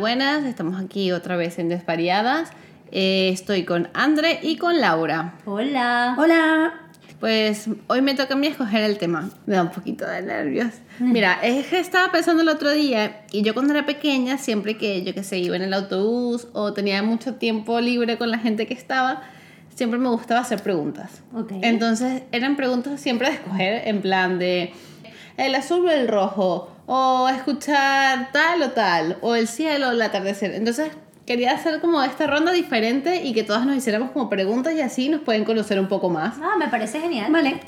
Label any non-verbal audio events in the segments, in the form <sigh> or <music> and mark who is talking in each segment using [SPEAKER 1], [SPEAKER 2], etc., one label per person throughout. [SPEAKER 1] buenas. Estamos aquí otra vez en Desvariadas. Eh, estoy con Andre y con Laura.
[SPEAKER 2] Hola.
[SPEAKER 3] Hola.
[SPEAKER 1] Pues hoy me toca a mí escoger el tema. Me da un poquito de nervios. Mira, es que estaba pensando el otro día y yo cuando era pequeña, siempre que yo que sé, iba en el autobús o tenía mucho tiempo libre con la gente que estaba, siempre me gustaba hacer preguntas.
[SPEAKER 2] Ok.
[SPEAKER 1] Entonces eran preguntas siempre de escoger en plan de el azul o el rojo, o escuchar tal o tal, o el cielo o el atardecer. Entonces quería hacer como esta ronda diferente y que todas nos hiciéramos como preguntas y así nos pueden conocer un poco más.
[SPEAKER 2] Ah, me parece genial.
[SPEAKER 3] Vale.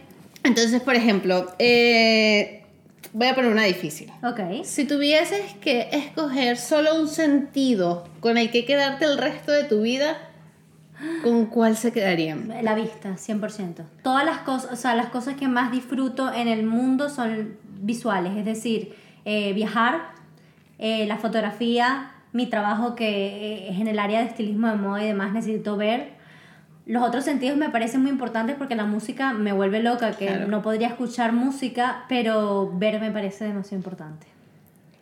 [SPEAKER 1] Entonces, por ejemplo, eh, voy a poner una difícil.
[SPEAKER 2] Ok.
[SPEAKER 1] Si tuvieses que escoger solo un sentido con el que quedarte el resto de tu vida, ¿con cuál se quedarían?
[SPEAKER 2] La vista, 100%. Todas las cosas, o sea, las cosas que más disfruto en el mundo son visuales, es decir, eh, viajar, eh, la fotografía, mi trabajo que eh, es en el área de estilismo de moda y demás, necesito ver. Los otros sentidos me parecen muy importantes porque la música me vuelve loca, que
[SPEAKER 1] Claro.
[SPEAKER 2] no podría escuchar música, pero ver me parece demasiado importante.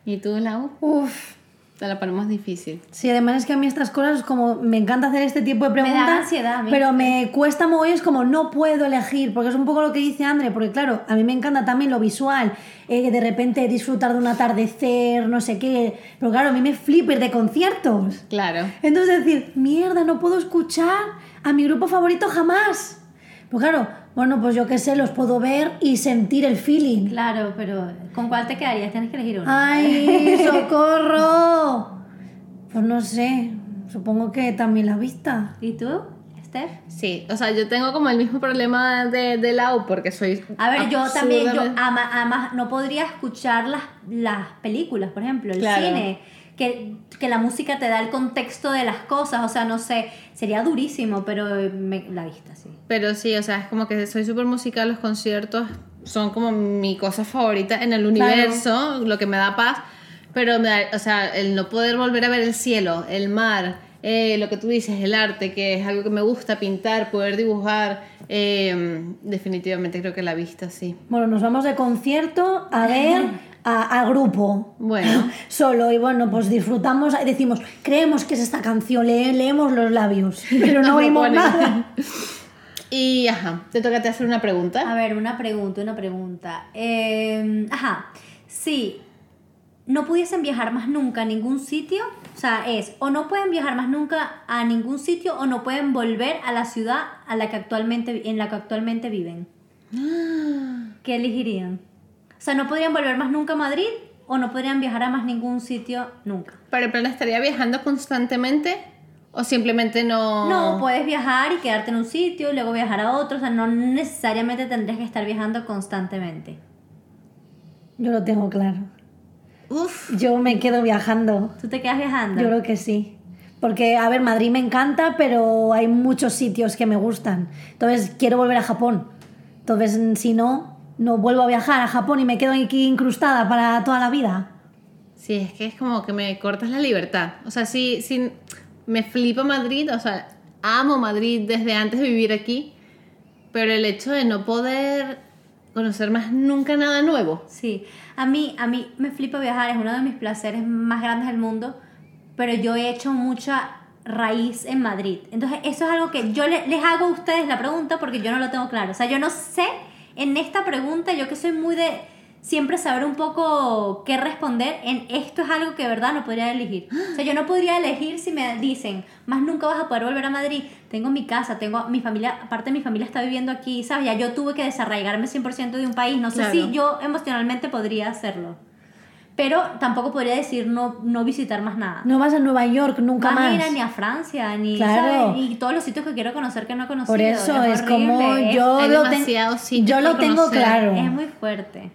[SPEAKER 1] ¿Y tú, Lau?
[SPEAKER 3] Uf.
[SPEAKER 1] Te la ponemos difícil.
[SPEAKER 3] Sí, además es que a mí estas cosas, como me encanta hacer este tipo de preguntas,
[SPEAKER 2] ansiedad a mí.
[SPEAKER 3] pero me cuesta mover, es como no puedo elegir, porque es un poco lo que dice André, porque claro, a mí me encanta también lo visual, eh, de repente disfrutar de un atardecer, no sé qué, pero claro, a mí me flipper de conciertos.
[SPEAKER 1] Claro.
[SPEAKER 3] Entonces decir, mierda, no puedo escuchar a mi grupo favorito jamás. Pues claro, bueno, pues yo qué sé, los puedo ver y sentir el feeling.
[SPEAKER 2] Claro, pero ¿con cuál te quedarías? Tienes que elegir uno.
[SPEAKER 1] <laughs>
[SPEAKER 3] ¡Ay, socorro! Pues no sé, supongo que también la vista.
[SPEAKER 2] ¿Y tú, Steph?
[SPEAKER 1] Sí, o sea, yo tengo como el mismo problema de, de Lau porque soy.
[SPEAKER 2] A ver, yo también, yo
[SPEAKER 1] absurdamente-
[SPEAKER 2] ama- además no podría escuchar las, las películas, por ejemplo, el
[SPEAKER 1] Claro.
[SPEAKER 2] cine, que, que la música te da el contexto de las cosas, o sea, no sé, sería durísimo, pero me- la vista, sí.
[SPEAKER 1] Pero sí, o sea, es como que soy súper musical, los conciertos son como mi cosa favorita en el universo, lo que me da paz, pero me da- o sea, el no poder volver a ver el cielo, el mar, eh, lo que tú dices, el arte, que es algo que me gusta pintar, poder dibujar, eh, definitivamente creo que la vista, sí.
[SPEAKER 3] Bueno, nos vamos de concierto a ver a, a grupo.
[SPEAKER 1] Bueno.
[SPEAKER 3] <laughs> Solo, y bueno, pues disfrutamos, y decimos, creemos que es esta canción, le- leemos
[SPEAKER 1] <laughs>
[SPEAKER 3] los labios, pero no
[SPEAKER 1] Nos
[SPEAKER 3] oímos
[SPEAKER 1] proponen.
[SPEAKER 3] nada.
[SPEAKER 1] <laughs> Y ajá, te toca te hacer una pregunta.
[SPEAKER 2] A ver, una pregunta, una pregunta. Eh, ajá, si no pudiesen viajar más nunca a ningún sitio, o sea, es o no pueden viajar más nunca a ningún sitio o no pueden volver a la ciudad a la que actualmente, en la que actualmente viven. ¿Qué elegirían? O sea, no podrían volver más nunca a Madrid o no podrían viajar a más ningún sitio nunca.
[SPEAKER 1] ¿Para el plan estaría viajando constantemente o simplemente no?
[SPEAKER 2] No, pues. puedes viajar y quedarte en un sitio y luego viajar a otro, o sea, no necesariamente tendrías que estar viajando constantemente.
[SPEAKER 3] Yo lo tengo claro.
[SPEAKER 1] Uf,
[SPEAKER 3] Yo me quedo viajando.
[SPEAKER 2] ¿Tú te quedas viajando?
[SPEAKER 3] Yo creo que sí. Porque, a ver, Madrid me encanta, pero hay muchos sitios que me gustan. Entonces, quiero volver a Japón. Entonces, mm, si no, no vuelvo a viajar a Japón y me quedo aquí incrustada para toda la vida.
[SPEAKER 1] Sí, es que es como que me cortas la libertad. O sea, sí, sí, me flipa Madrid, o sea, amo Madrid desde antes de vivir aquí, pero el hecho de no poder conocer más nunca nada nuevo.
[SPEAKER 2] Sí, a mí, a mí me flipa viajar, es uno de mis placeres más grandes del mundo, pero yo he hecho mucha raíz en Madrid. Entonces, eso es algo que yo le- les hago a ustedes la pregunta porque yo no lo tengo claro. O sea, yo no sé en esta pregunta, yo que soy muy de siempre saber un poco qué responder, en esto es algo que de verdad no podría elegir. O sea, yo no podría elegir si me dicen, más nunca vas a poder volver a Madrid, tengo mi casa, tengo mi familia, aparte mi familia está viviendo aquí, ¿sabes? Ya yo tuve que desarraigarme 100% de un país, no sé
[SPEAKER 1] Claro.
[SPEAKER 2] si yo emocionalmente podría hacerlo. Pero tampoco podría decir no, no visitar más nada.
[SPEAKER 3] No vas a Nueva York nunca
[SPEAKER 2] Más
[SPEAKER 3] más.
[SPEAKER 2] Ah, ni a Francia, ni,
[SPEAKER 3] Claro.
[SPEAKER 2] ¿sabes? ni todos los sitios que quiero conocer que no he conocido.
[SPEAKER 3] Por eso es,
[SPEAKER 2] horrible, ¿eh?
[SPEAKER 3] como
[SPEAKER 2] es-
[SPEAKER 3] yo
[SPEAKER 1] hay
[SPEAKER 3] lo, ten-
[SPEAKER 1] demasiados sitios
[SPEAKER 3] yo lo
[SPEAKER 1] por
[SPEAKER 3] tengo
[SPEAKER 1] conocer.
[SPEAKER 3] claro.
[SPEAKER 2] Es muy fuerte.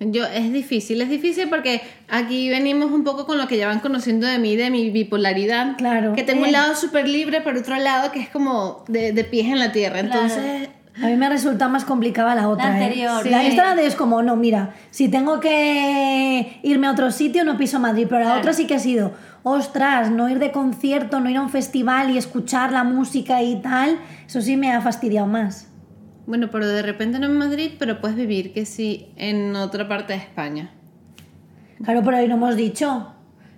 [SPEAKER 1] Yo, es difícil, es difícil porque aquí venimos un poco con lo que ya van conociendo de mí, de mi bipolaridad.
[SPEAKER 3] Claro.
[SPEAKER 1] Que tengo un
[SPEAKER 3] Eh.
[SPEAKER 1] lado súper libre, pero otro lado que es como de, de pies en la tierra.
[SPEAKER 2] Claro.
[SPEAKER 1] Entonces,
[SPEAKER 3] A mí me resulta más complicada la otra. ¿eh?
[SPEAKER 2] anterior,
[SPEAKER 3] La
[SPEAKER 2] sí.
[SPEAKER 3] esta la de es como, no, mira, si tengo que irme a otro sitio, no piso Madrid, pero la
[SPEAKER 2] Claro.
[SPEAKER 3] otra sí que ha sido, ostras, no ir de concierto, no ir a un festival y escuchar la música y tal, eso sí me ha fastidiado más.
[SPEAKER 1] bueno, pero de repente no en Madrid, pero puedes vivir que sí en otra parte de España.
[SPEAKER 3] Claro, pero hoy no hemos dicho.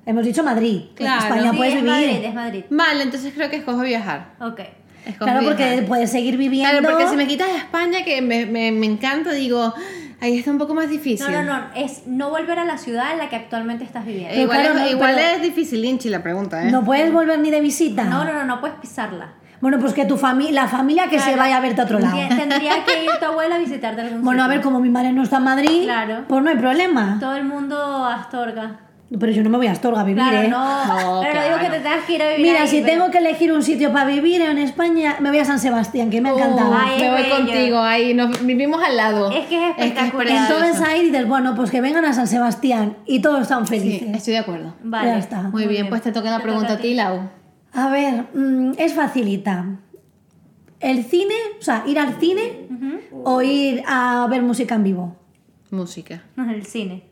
[SPEAKER 3] Hemos dicho Madrid.
[SPEAKER 1] Claro,
[SPEAKER 3] en España
[SPEAKER 1] sí,
[SPEAKER 3] puedes
[SPEAKER 2] es
[SPEAKER 3] vivir.
[SPEAKER 2] Madrid, es Madrid.
[SPEAKER 1] Vale, entonces creo que escojo viajar.
[SPEAKER 2] Ok.
[SPEAKER 1] Escojo
[SPEAKER 3] Claro,
[SPEAKER 1] viajar.
[SPEAKER 3] porque puedes seguir viviendo.
[SPEAKER 1] Claro, porque si me quitas España, que me, me, me encanta, digo, ahí está un poco más difícil.
[SPEAKER 2] No, no, no. Es no volver a la ciudad en la que actualmente estás viviendo.
[SPEAKER 1] Eh, igual
[SPEAKER 3] Pero claro,
[SPEAKER 1] es,
[SPEAKER 3] no,
[SPEAKER 1] igual
[SPEAKER 3] pero-
[SPEAKER 1] es difícil, Inchi, la pregunta, ¿eh?
[SPEAKER 3] No puedes volver ni de visita.
[SPEAKER 2] No, no, no, no puedes pisarla.
[SPEAKER 3] Bueno, pues que tu familia, la familia que se
[SPEAKER 2] Claro.
[SPEAKER 3] vaya a verte a otro lado.
[SPEAKER 2] Tien- Tendría que ir tu abuela a visitarte algún
[SPEAKER 3] Bueno, a
[SPEAKER 2] sitio.
[SPEAKER 3] ver, como mi madre no está en Madrid,
[SPEAKER 2] Claro.
[SPEAKER 3] pues no hay problema.
[SPEAKER 2] Todo el mundo Astorga.
[SPEAKER 3] Pero yo no me voy a Astorga a vivir,
[SPEAKER 2] Claro,
[SPEAKER 3] ¿eh?
[SPEAKER 2] no.
[SPEAKER 1] No,
[SPEAKER 2] pero digo que
[SPEAKER 1] claro.
[SPEAKER 2] te tengas que ir a vivir
[SPEAKER 3] Mira,
[SPEAKER 2] ahí,
[SPEAKER 3] si
[SPEAKER 2] pero-
[SPEAKER 3] tengo que elegir un sitio para vivir en España, me voy a San Sebastián, que me ha encantado.
[SPEAKER 1] Uh,
[SPEAKER 2] Ay,
[SPEAKER 1] me voy
[SPEAKER 2] bello.
[SPEAKER 1] contigo, ahí nos vivimos al lado.
[SPEAKER 2] Es que es espectacular.
[SPEAKER 1] precioso.
[SPEAKER 3] Entonces ahí dices, bueno, pues que vengan a San Sebastián y todos están felices.
[SPEAKER 1] Sí, estoy de acuerdo.
[SPEAKER 2] Vale.
[SPEAKER 3] Ya está.
[SPEAKER 1] Muy, bien, pues te toca la
[SPEAKER 2] Te
[SPEAKER 1] pregunta
[SPEAKER 2] toca
[SPEAKER 1] a ti, Lau.
[SPEAKER 3] A ver, mm, es facilita. El cine, o sea, ir al cine o ir a ver música en vivo.
[SPEAKER 1] Música.
[SPEAKER 2] No, el cine.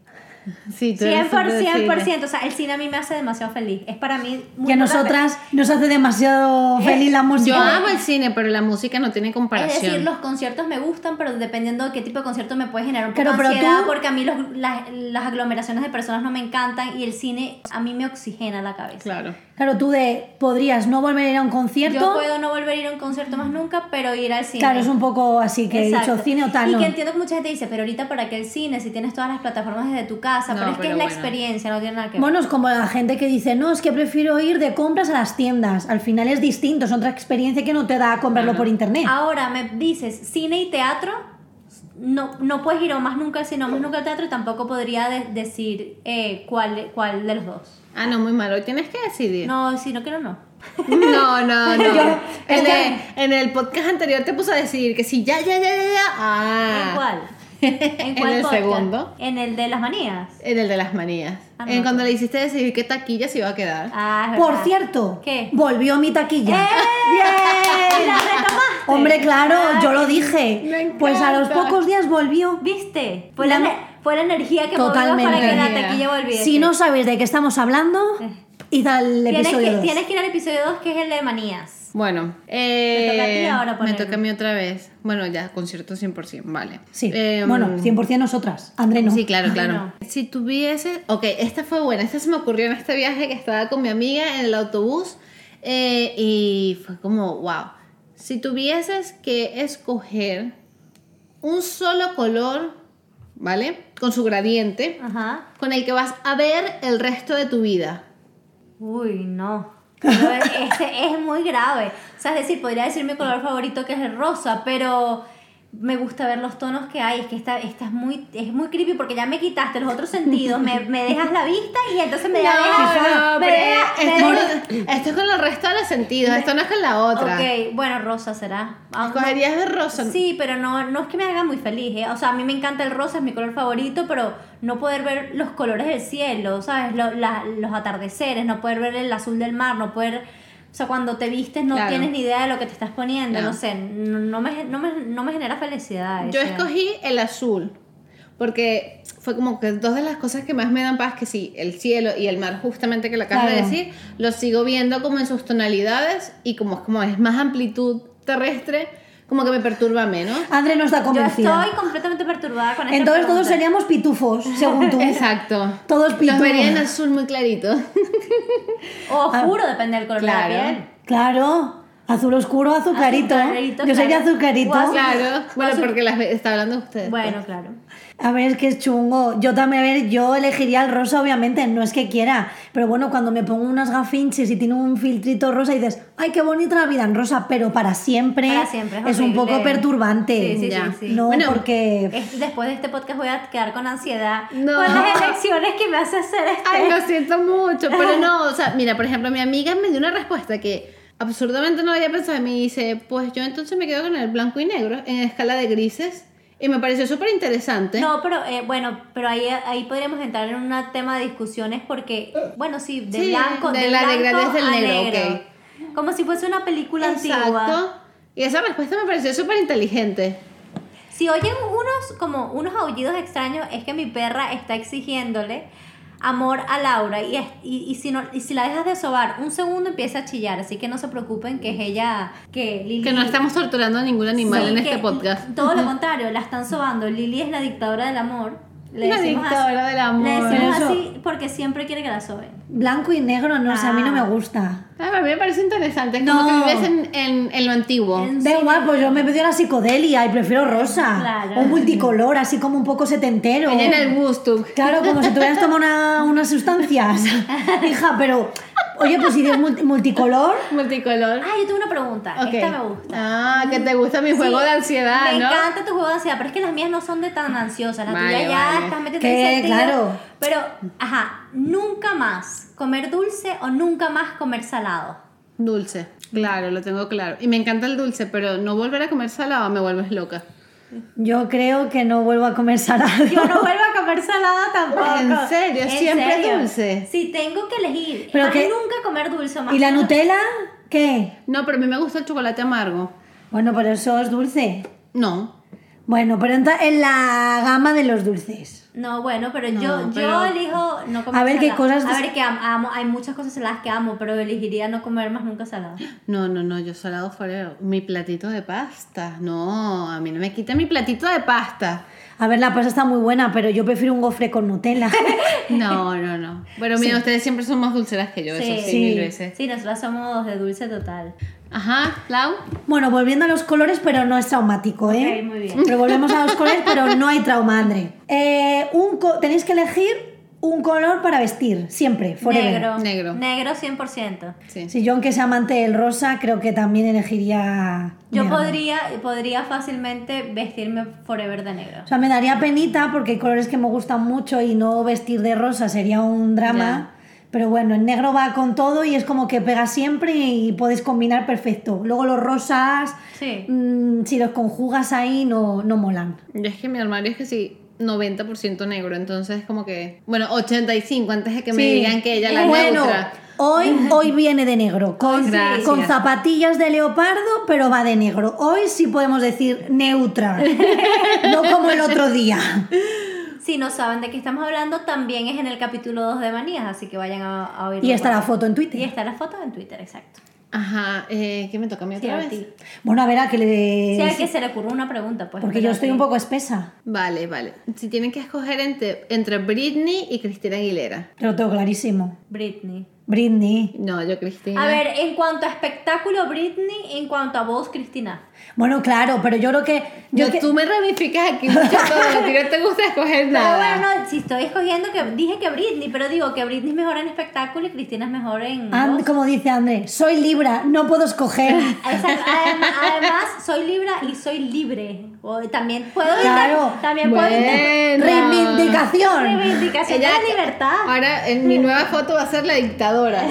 [SPEAKER 1] Sí, tú eres
[SPEAKER 2] 100%,
[SPEAKER 1] súper de cine.
[SPEAKER 2] 100%. O sea, el cine a mí me hace demasiado feliz. Es para mí... muy
[SPEAKER 3] Que a nosotras nos hace demasiado feliz
[SPEAKER 2] <laughs>
[SPEAKER 3] la
[SPEAKER 1] Yo
[SPEAKER 3] música.
[SPEAKER 1] amo el cine, pero la música no tiene
[SPEAKER 2] Es
[SPEAKER 1] comparación.
[SPEAKER 2] decir, los conciertos me gustan, pero dependiendo de qué tipo de concierto me puede generar un poco
[SPEAKER 3] Claro, pero
[SPEAKER 2] ansiedad,
[SPEAKER 3] tú-
[SPEAKER 2] porque a mí los- las, las aglomeraciones de personas no me encantan y el cine a mí me oxigena la cabeza.
[SPEAKER 1] Claro.
[SPEAKER 3] Claro, tú de podrías no volver a ir a un concierto.
[SPEAKER 2] Yo puedo no volver a ir a un concierto más nunca, pero ir al cine.
[SPEAKER 3] Claro, es un poco así que he
[SPEAKER 2] Exacto.
[SPEAKER 3] dicho cine o tal.
[SPEAKER 2] Y
[SPEAKER 3] no.
[SPEAKER 2] que entiendo que mucha gente dice, pero ahorita para qué el cine, si tienes todas las plataformas desde tu casa,
[SPEAKER 1] No,
[SPEAKER 2] pero es que
[SPEAKER 1] pero
[SPEAKER 2] es la
[SPEAKER 1] bueno.
[SPEAKER 2] experiencia, no tiene nada que ver.
[SPEAKER 3] Bueno, es como la gente que dice, no, es que prefiero ir de compras a las tiendas. Al final es distinto, es otra experiencia que no te da comprarlo por internet.
[SPEAKER 2] Ahora me dices cine y teatro, no, no puedes ir o más nunca al cine o más nunca al teatro y tampoco podría de- decir eh, cuál, cuál de los dos.
[SPEAKER 1] Ah, no, muy malo. Tienes que decidir.
[SPEAKER 2] No, si no quiero, no.
[SPEAKER 1] <laughs> No, no, no.
[SPEAKER 2] <laughs>
[SPEAKER 3] Yo- es
[SPEAKER 1] en,
[SPEAKER 3] que-
[SPEAKER 1] el, en el podcast anterior te puse a decidir que si ya, ya, ya, ya, ya. Ah.
[SPEAKER 2] ¿En
[SPEAKER 3] <laughs>
[SPEAKER 2] cuál? ¿En
[SPEAKER 1] En
[SPEAKER 2] cuál
[SPEAKER 1] el
[SPEAKER 2] podcast?
[SPEAKER 1] segundo.
[SPEAKER 2] En el de las manías.
[SPEAKER 1] En el de las manías.
[SPEAKER 2] Ah, no,
[SPEAKER 1] en
[SPEAKER 2] no.
[SPEAKER 1] cuando le hiciste decidir qué taquilla se iba a quedar.
[SPEAKER 2] Ah, es
[SPEAKER 3] Por
[SPEAKER 2] verdad.
[SPEAKER 3] cierto,
[SPEAKER 2] ¿Qué?
[SPEAKER 3] volvió mi taquilla.
[SPEAKER 2] ¡Eh!
[SPEAKER 3] ¡Bien!
[SPEAKER 2] ¡La retomaste!
[SPEAKER 3] Hombre, claro,
[SPEAKER 2] Ay,
[SPEAKER 3] yo lo dije.
[SPEAKER 1] me
[SPEAKER 3] Pues a los
[SPEAKER 1] encanta.
[SPEAKER 3] pocos días volvió.
[SPEAKER 2] ¿Viste? Fue la, ener- fue la energía que
[SPEAKER 3] Totalmente.
[SPEAKER 2] movimos para que la
[SPEAKER 1] Energía.
[SPEAKER 2] taquilla volviese.
[SPEAKER 3] Si no sabéis de qué estamos hablando, id al
[SPEAKER 2] Eh. tienes
[SPEAKER 3] episodio
[SPEAKER 2] que,
[SPEAKER 3] dos.
[SPEAKER 2] tienes que ir al episodio 2, que es el de manías.
[SPEAKER 1] Bueno,
[SPEAKER 2] toca a ti
[SPEAKER 1] eh,
[SPEAKER 2] ahora
[SPEAKER 1] me
[SPEAKER 2] ponerme.
[SPEAKER 1] toca a mí otra vez. Bueno, ya, concierto 100%, vale.
[SPEAKER 3] Sí,
[SPEAKER 1] Eh,
[SPEAKER 3] bueno, 100% nosotras. André no.
[SPEAKER 1] Sí, claro, claro.
[SPEAKER 2] No.
[SPEAKER 1] Si tuviese, ok, esta fue buena, esta se me ocurrió en este viaje que estaba con mi amiga en el autobús eh, y fue como, wow, si tuvieses que escoger un solo color, ¿vale? Con su gradiente,
[SPEAKER 2] Ajá.
[SPEAKER 1] con el que vas a ver el resto de tu vida.
[SPEAKER 2] Uy, no. Pero ese es muy grave. O sea, es decir, podría decir mi color favorito que es el rosa, pero me gusta ver los tonos que hay. Es que esta, esta es, muy, es muy creepy porque ya me quitaste los otros sentidos. Me, me dejas la vista y entonces me dejas...
[SPEAKER 1] No, no,
[SPEAKER 2] me
[SPEAKER 1] pero
[SPEAKER 2] dejas- me
[SPEAKER 1] esto,
[SPEAKER 2] dejas-
[SPEAKER 1] es con, esto es con el resto de los sentidos, esto no es con la otra.
[SPEAKER 2] Ok, bueno, rosa será. Ah, no.
[SPEAKER 1] Escogerías de rosa.
[SPEAKER 2] Sí, pero no, no es que me haga muy feliz. ¿eh? O sea, a mí me encanta el rosa, es mi color favorito, pero no poder ver los colores del cielo, ¿sabes? Lo- la- los atardeceres, no poder ver el azul del mar, no poder... O sea, cuando te vistes no
[SPEAKER 1] Claro.
[SPEAKER 2] tienes ni idea de lo que te estás poniendo, no,
[SPEAKER 1] No.
[SPEAKER 2] sé, no, no me, no, me, no me genera felicidad.
[SPEAKER 1] Yo
[SPEAKER 2] o sea.
[SPEAKER 1] escogí el azul porque fue como que dos de las cosas que más me dan paz, que sí, el cielo y el mar, justamente que lo acabas de
[SPEAKER 3] Claro.
[SPEAKER 1] decir, lo sigo viendo como en sus tonalidades y como, como es más amplitud terrestre, como que me perturba menos.
[SPEAKER 3] André no está
[SPEAKER 2] Yo
[SPEAKER 3] convencida.
[SPEAKER 2] estoy completamente perturbada con esta
[SPEAKER 3] Entonces todos
[SPEAKER 2] pregunta.
[SPEAKER 3] seríamos pitufos,
[SPEAKER 2] <laughs>
[SPEAKER 3] según tú.
[SPEAKER 1] Exacto.
[SPEAKER 3] Todos
[SPEAKER 1] Los
[SPEAKER 3] pitufos.
[SPEAKER 1] vería en azul muy clarito.
[SPEAKER 2] O oscuro, Oh, depende del color de la
[SPEAKER 1] Ah. Claro.
[SPEAKER 2] piel.
[SPEAKER 3] Claro, azul oscuro, azucarito.
[SPEAKER 2] Azucarito,
[SPEAKER 3] Yo sería
[SPEAKER 2] claro.
[SPEAKER 3] azucarito.
[SPEAKER 2] Guau,
[SPEAKER 1] Claro. Bueno, porque las ve- está hablando usted.
[SPEAKER 2] Bueno, claro.
[SPEAKER 3] A ver, es que es chungo. Yo también, a ver, yo elegiría el rosa, obviamente, no es que quiera. Pero bueno, cuando me pongo unas gafinches y tiene un filtrito rosa y dices, ay, qué bonita la vida en rosa, pero para siempre,
[SPEAKER 2] Para siempre, es
[SPEAKER 3] es, un
[SPEAKER 2] horrible.
[SPEAKER 3] poco perturbante.
[SPEAKER 2] Sí, sí,
[SPEAKER 1] Ya.
[SPEAKER 2] sí, sí.
[SPEAKER 3] No,
[SPEAKER 1] Bueno,
[SPEAKER 3] porque...
[SPEAKER 2] Es- después de este podcast voy a quedar con ansiedad
[SPEAKER 1] No.
[SPEAKER 2] con las elecciones que me hace hacer este
[SPEAKER 1] Ay, lo siento mucho, pero no, o sea, mira, por ejemplo, mi amiga me dio una respuesta que absurdamente no había pensado y me dice, pues yo entonces me quedo con el blanco y negro en escala de grises y me pareció súper interesante.
[SPEAKER 2] No, pero eh, bueno, pero ahí, ahí podríamos entrar en un tema de discusiones porque, bueno, sí, de
[SPEAKER 1] Sí,
[SPEAKER 2] blanco,
[SPEAKER 1] de
[SPEAKER 2] de
[SPEAKER 1] la
[SPEAKER 2] blanco
[SPEAKER 1] degradez del
[SPEAKER 2] a
[SPEAKER 1] negro,
[SPEAKER 2] Como si fuese una película antigua.
[SPEAKER 1] Exacto. Y esa respuesta me pareció súper inteligente.
[SPEAKER 2] Si oyen unos como unos aullidos extraños es que mi perra está exigiéndole amor a Laura y, es- y, y si no y si la dejas de sobar un segundo empieza a chillar, así que no se preocupen que es ella que Lili
[SPEAKER 1] Que no estamos torturando a ningún animal
[SPEAKER 2] Sí,
[SPEAKER 1] en
[SPEAKER 2] que
[SPEAKER 1] este podcast.
[SPEAKER 2] Todo lo contrario, la están sobando. Lili es la dictadora del amor. Le
[SPEAKER 1] Una
[SPEAKER 2] decimos así-
[SPEAKER 1] dictadora del amor.
[SPEAKER 2] Le decimos
[SPEAKER 3] Pero eso-
[SPEAKER 2] así porque siempre quiere que la soben.
[SPEAKER 3] Blanco y negro, no, o sea, a mí no me
[SPEAKER 2] Ah.
[SPEAKER 3] gusta.
[SPEAKER 1] Ah, a mí me parece interesante. Es
[SPEAKER 3] No.
[SPEAKER 1] como que vives en, en- en lo antiguo.
[SPEAKER 2] En-
[SPEAKER 3] Da
[SPEAKER 2] Sí,
[SPEAKER 3] igual, pues yo me pedí una psicodelia y prefiero rosa.
[SPEAKER 2] Claro.
[SPEAKER 3] O multicolor, así como un poco setentero.
[SPEAKER 1] En el gusto.
[SPEAKER 3] Claro, como si tuvieras tomado una,
[SPEAKER 2] <laughs>
[SPEAKER 3] unas sustancias. Hija, pero. Oye, pues si dices multi- multicolor.
[SPEAKER 1] Multicolor.
[SPEAKER 2] Ah, yo tengo una pregunta.
[SPEAKER 1] Ok.
[SPEAKER 2] Esta me gusta.
[SPEAKER 1] Ah, que te gusta mi juego
[SPEAKER 2] Sí,
[SPEAKER 1] de ansiedad,
[SPEAKER 2] me
[SPEAKER 1] ¿no?
[SPEAKER 2] encanta tu juego de ansiedad, pero es que las mías no son de tan ansiosas. Las
[SPEAKER 1] Vale,
[SPEAKER 2] tuyas ya
[SPEAKER 1] vale.
[SPEAKER 2] estás metiendo
[SPEAKER 3] Que,
[SPEAKER 2] en sentido.
[SPEAKER 3] claro.
[SPEAKER 2] Pero, ajá, nunca más comer dulce o nunca más comer salado.
[SPEAKER 1] Dulce. Claro, lo tengo claro. Y me encanta el dulce, pero no volver a comer salado me vuelves loca.
[SPEAKER 3] Yo creo que no vuelvo a comer
[SPEAKER 2] <laughs>
[SPEAKER 3] salado.
[SPEAKER 2] Yo
[SPEAKER 1] <laughs>
[SPEAKER 2] no vuelvo a comer salado tampoco.
[SPEAKER 1] ¿En serio? ¿Siempre
[SPEAKER 2] serio.
[SPEAKER 1] dulce?
[SPEAKER 2] Sí, tengo que elegir.
[SPEAKER 3] Pero
[SPEAKER 2] Pero
[SPEAKER 3] que-
[SPEAKER 2] nunca comer dulce o más.
[SPEAKER 3] ¿Y la Nutella? ¿Qué?
[SPEAKER 1] No, pero a mí me gusta el chocolate amargo.
[SPEAKER 3] Bueno, pero eso es dulce.
[SPEAKER 1] No.
[SPEAKER 3] Bueno, pero entra en la gama de los dulces.
[SPEAKER 2] No, bueno, pero yo, yo
[SPEAKER 1] pero-
[SPEAKER 2] elijo no comer
[SPEAKER 3] A ver, ¿qué
[SPEAKER 2] salado.
[SPEAKER 3] cosas-
[SPEAKER 2] A ver, que am- amo, hay muchas cosas saladas que amo, pero elegiría no comer más nunca salado.
[SPEAKER 1] No, no, no, yo salado fuera mi platito de pasta. No, a mí no me quita mi platito de pasta.
[SPEAKER 3] A ver, la pasta está muy buena, pero yo prefiero un gofre con
[SPEAKER 2] <laughs>
[SPEAKER 3] Nutella.
[SPEAKER 1] No, no, no. Bueno, mira, ustedes siempre son más dulceras que yo, eso sí,
[SPEAKER 2] Sí.
[SPEAKER 1] mil veces.
[SPEAKER 2] Sí, nosotras somos de dulce total.
[SPEAKER 1] Ajá, Lau.
[SPEAKER 3] bueno, volviendo a los colores, pero no es traumático, ¿eh?
[SPEAKER 2] Ok, muy bien.
[SPEAKER 3] Pero volvemos a los colores, pero no hay trauma, André. Eh, un co- tenéis que elegir un color para vestir, siempre, forever.
[SPEAKER 2] Negro.
[SPEAKER 1] Negro.
[SPEAKER 2] Negro 100%.
[SPEAKER 1] Sí.
[SPEAKER 3] Si yo, aunque sea amante del rosa, creo que también elegiría.
[SPEAKER 2] Yo
[SPEAKER 3] negro.
[SPEAKER 2] podría, podría fácilmente vestirme forever de negro.
[SPEAKER 3] O sea, me daría penita porque hay colores que me gustan mucho y no vestir de rosa sería un drama. Pero bueno, el negro va con todo y es como que pega siempre y puedes combinar perfecto. Luego los rosas,
[SPEAKER 2] Sí.
[SPEAKER 3] mm, si los conjugas ahí, no, no molan.
[SPEAKER 1] Yo es que mi armario es que sí, 90% negro, entonces como que... Bueno, 85 antes de que me
[SPEAKER 3] Sí.
[SPEAKER 1] digan que ella la
[SPEAKER 3] bueno,
[SPEAKER 1] neutra.
[SPEAKER 3] Hoy, hoy viene de negro, con,
[SPEAKER 1] Gracias.
[SPEAKER 3] con zapatillas de leopardo, pero va de negro. Hoy sí podemos decir neutra, <laughs> no como el otro día.
[SPEAKER 2] Si no saben de qué estamos hablando, también es en el capítulo 2 de Manías, así que vayan a, a oírlo.
[SPEAKER 3] Y está la
[SPEAKER 2] por ahí.
[SPEAKER 3] foto en
[SPEAKER 2] Y
[SPEAKER 3] Twitter.
[SPEAKER 2] está la foto en Twitter, exacto.
[SPEAKER 1] Ajá, eh, ¿qué me toca a mí
[SPEAKER 2] Sí,
[SPEAKER 1] otra
[SPEAKER 2] a
[SPEAKER 1] vez?
[SPEAKER 2] ti.
[SPEAKER 3] Bueno, a ver a qué le...
[SPEAKER 2] Sí, a que se le ocurrió una pregunta, pues.
[SPEAKER 3] Eh, Porque
[SPEAKER 2] pero
[SPEAKER 3] yo estoy
[SPEAKER 2] sí.
[SPEAKER 3] un poco espesa.
[SPEAKER 1] Vale, vale. Si tienen que escoger entre, entre Britney y Cristina Aguilera.
[SPEAKER 3] Te lo tengo clarísimo.
[SPEAKER 2] Britney.
[SPEAKER 3] Britney.
[SPEAKER 1] No, yo Cristina.
[SPEAKER 2] A ver, en cuanto a espectáculo, Britney, en cuanto a voz, Cristina.
[SPEAKER 3] Bueno, claro, pero yo creo que. Yo
[SPEAKER 1] No,
[SPEAKER 3] que-
[SPEAKER 1] tú me ramificas aquí mucho todo. A ti no te gusta escoger
[SPEAKER 2] Pero
[SPEAKER 1] nada.
[SPEAKER 2] bueno, no, si estoy escogiendo que dije que Britney, pero digo que Britney es mejor en espectáculo y Cristina es mejor en.
[SPEAKER 3] And-
[SPEAKER 2] voz.
[SPEAKER 3] como dice André, soy Libra, no puedo escoger.
[SPEAKER 2] Exacto.
[SPEAKER 3] <laughs>
[SPEAKER 2] Además, además, soy Libra y soy libre. O también puedo inter-
[SPEAKER 3] Claro.
[SPEAKER 2] También puedo inter-
[SPEAKER 1] Bueno.
[SPEAKER 3] Reivindicación.
[SPEAKER 2] reivindicación de la libertad.
[SPEAKER 3] Ah,
[SPEAKER 1] Ahora en mi nueva foto va a ser la dictadora.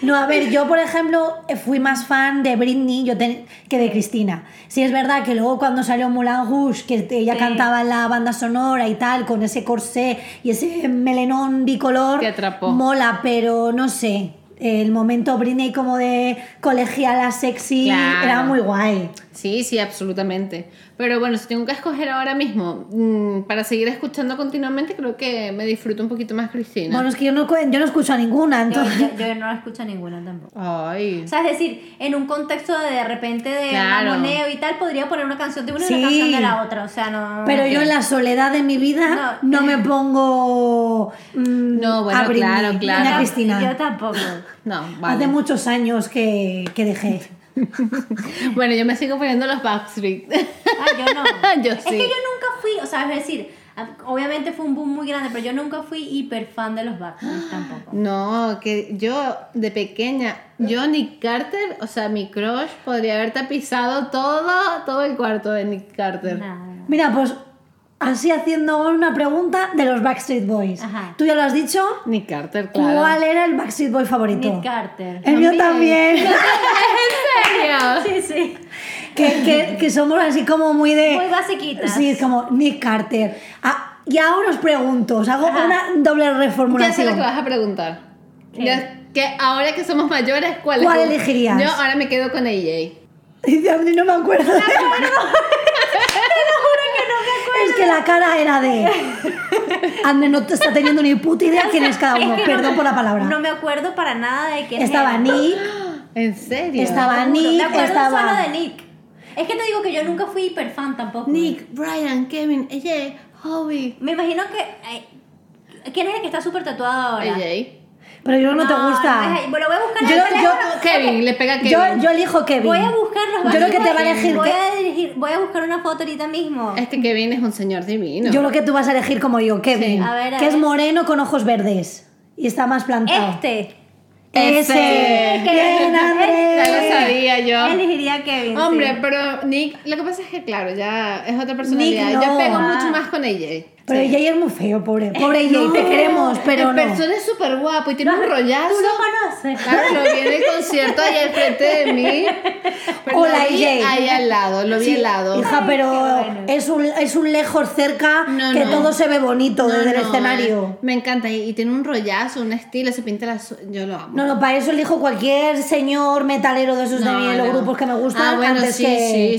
[SPEAKER 3] No, a ver, yo por ejemplo eh, fui más fan de Britney yo te- que de Cristina. Sí, es verdad que luego cuando salió Moulin Rouge, que te- ella
[SPEAKER 2] Sí.
[SPEAKER 3] cantaba en la banda sonora y tal, con ese corsé y ese melenón bicolor.
[SPEAKER 1] Te atrapó.
[SPEAKER 3] Mola, pero no sé. El momento Britney como de colegiala sexy
[SPEAKER 1] Claro.
[SPEAKER 3] era muy guay.
[SPEAKER 1] Sí, sí, absolutamente. Pero bueno, si tengo que escoger ahora mismo mm, para seguir escuchando continuamente, creo que me disfruto un poquito más Cristina.
[SPEAKER 3] Bueno, es que yo no, cu- yo no escucho a ninguna,
[SPEAKER 2] Yo,
[SPEAKER 3] entonces.
[SPEAKER 2] yo- yo no la escucho ninguna tampoco.
[SPEAKER 1] Ay.
[SPEAKER 2] O sea, es decir, en un contexto de de repente de
[SPEAKER 1] Claro.
[SPEAKER 2] mamoneo y tal, podría poner una canción de una y
[SPEAKER 3] Sí.
[SPEAKER 2] una canción de la otra. O sea, no.
[SPEAKER 3] Pero yo en la soledad de mi vida no,
[SPEAKER 2] No.
[SPEAKER 3] me pongo. mm,
[SPEAKER 1] No, bueno,
[SPEAKER 3] a Britney,
[SPEAKER 1] claro,
[SPEAKER 3] ni a
[SPEAKER 1] claro.
[SPEAKER 3] Cristina.
[SPEAKER 2] Yo tampoco.
[SPEAKER 1] No, vale.
[SPEAKER 3] Hace muchos años que, que dejé.
[SPEAKER 1] Bueno, yo me sigo poniendo los Backstreet.
[SPEAKER 2] Ah, yo
[SPEAKER 3] <laughs>
[SPEAKER 2] no.
[SPEAKER 1] Yo
[SPEAKER 2] es
[SPEAKER 1] sí.
[SPEAKER 2] que yo nunca fui, o sea, es decir, a- obviamente fue un boom muy grande, pero yo nunca fui hiper fan de los
[SPEAKER 3] <gasps>
[SPEAKER 2] Backstreet tampoco.
[SPEAKER 1] No, que yo de pequeña, yo Nick Carter, o sea, mi crush podría haber tapizado todo, todo el cuarto de Nick Carter.
[SPEAKER 2] Nada.
[SPEAKER 3] Mira, pues así haciendo una pregunta de los Backstreet Boys.
[SPEAKER 2] Ajá.
[SPEAKER 3] Tú ya lo has dicho.
[SPEAKER 1] Nick Carter, claro.
[SPEAKER 3] ¿Cuál era el Backstreet Boy favorito?
[SPEAKER 2] Nick
[SPEAKER 3] <laughs>
[SPEAKER 2] Carter.
[SPEAKER 3] El mío
[SPEAKER 1] También.
[SPEAKER 3] también.
[SPEAKER 1] ¿En serio?
[SPEAKER 2] Sí, sí.
[SPEAKER 3] que, que- que somos así como muy de.
[SPEAKER 2] Muy basiquitas.
[SPEAKER 3] Eh, Sí, es como Nick Carter. Ah, y ahora os pregunto, os hago
[SPEAKER 2] Ajá.
[SPEAKER 3] una doble
[SPEAKER 1] Ya sé
[SPEAKER 3] reformulación.
[SPEAKER 1] lo que vas a preguntar.
[SPEAKER 2] ¿Qué?
[SPEAKER 1] Ya- que ahora que somos mayores, ¿cuál,
[SPEAKER 3] ¿Cuál
[SPEAKER 1] es?
[SPEAKER 3] elegirías?
[SPEAKER 1] Yo ahora me quedo con AJ.
[SPEAKER 3] <laughs> Dice, "Andy, no me acuerdo. Te lo juro que no me acuerdo. Es que la cara era de. Anne no te está teniendo ni puta idea quién es cada uno.
[SPEAKER 2] Es que no
[SPEAKER 3] Perdón
[SPEAKER 2] me-
[SPEAKER 3] por la palabra.
[SPEAKER 2] No me acuerdo para nada de quién
[SPEAKER 3] estaba
[SPEAKER 2] era.
[SPEAKER 3] Nick,
[SPEAKER 1] ¿En serio?
[SPEAKER 3] estaba
[SPEAKER 2] Te juro,
[SPEAKER 3] Nick,
[SPEAKER 2] Me acuerdo
[SPEAKER 3] estaba.
[SPEAKER 2] solo de Nick. Es que te digo que yo nunca fui hiper fan tampoco.
[SPEAKER 1] Nick, Brian, Kevin, AJ, Hobby.
[SPEAKER 2] Me imagino que. eh, ¿Quién es el que está súper tatuado ahora?
[SPEAKER 1] AJ.
[SPEAKER 3] Pero yo no, te
[SPEAKER 2] no
[SPEAKER 3] gusta.
[SPEAKER 2] es ahí. bueno, voy a buscar
[SPEAKER 3] Yo-
[SPEAKER 2] el teléfono.
[SPEAKER 3] yo-
[SPEAKER 1] Kevin, le pega a Kevin.
[SPEAKER 3] yo, yo elijo Kevin.
[SPEAKER 2] Voy a buscar los
[SPEAKER 3] Yo creo que
[SPEAKER 2] batidos
[SPEAKER 3] te va a
[SPEAKER 2] y
[SPEAKER 3] elegir
[SPEAKER 2] Voy
[SPEAKER 3] que-
[SPEAKER 2] a, dirigir- voy a buscar una foto ahorita mismo.
[SPEAKER 1] Este Kevin es un señor divino.
[SPEAKER 3] Yo creo que tú vas a elegir como yo, Kevin.
[SPEAKER 2] Sí. A ver, a
[SPEAKER 3] que es
[SPEAKER 2] ver.
[SPEAKER 3] moreno con ojos verdes. Y está más plantado.
[SPEAKER 2] Este.
[SPEAKER 3] Ese.
[SPEAKER 1] Ese.
[SPEAKER 3] Bien,
[SPEAKER 1] ya
[SPEAKER 3] Andrés.
[SPEAKER 1] lo sabía yo.
[SPEAKER 2] Elegiría a Kevin. sí.
[SPEAKER 1] Hombre, pero Nick, lo que pasa es que, claro, ya es otra personalidad.
[SPEAKER 3] Nick no.
[SPEAKER 1] Yo pego
[SPEAKER 3] Ah.
[SPEAKER 1] mucho más con ella.
[SPEAKER 3] Pero Jay es muy feo, pobre. Pobre Jay, te queremos, pero
[SPEAKER 1] en
[SPEAKER 3] no.
[SPEAKER 1] persona es súper guapo y tiene un rollazo. Ah,
[SPEAKER 2] Tú lo conoces.
[SPEAKER 1] Claro, lo vi en el concierto ahí al frente de mí. Pero
[SPEAKER 3] Hola,
[SPEAKER 1] lo vi
[SPEAKER 3] Jay.
[SPEAKER 1] Ahí al lado, lo vi al lado.
[SPEAKER 3] Hija, pero
[SPEAKER 2] bueno.
[SPEAKER 3] es, un, es un lejos cerca
[SPEAKER 1] No,
[SPEAKER 3] que
[SPEAKER 1] no.
[SPEAKER 3] todo se ve bonito
[SPEAKER 1] No,
[SPEAKER 3] desde el
[SPEAKER 1] no,
[SPEAKER 3] escenario.
[SPEAKER 1] eh, Me encanta. Y, y tiene un rollazo, un estilo, se pinta las. u- Yo lo amo.
[SPEAKER 3] No, no, para eso elijo cualquier señor metalero de esos de
[SPEAKER 1] No,
[SPEAKER 3] mí, los
[SPEAKER 1] no.
[SPEAKER 3] grupos que me gustan
[SPEAKER 1] Ah, bueno,
[SPEAKER 3] antes
[SPEAKER 1] sí,
[SPEAKER 3] que,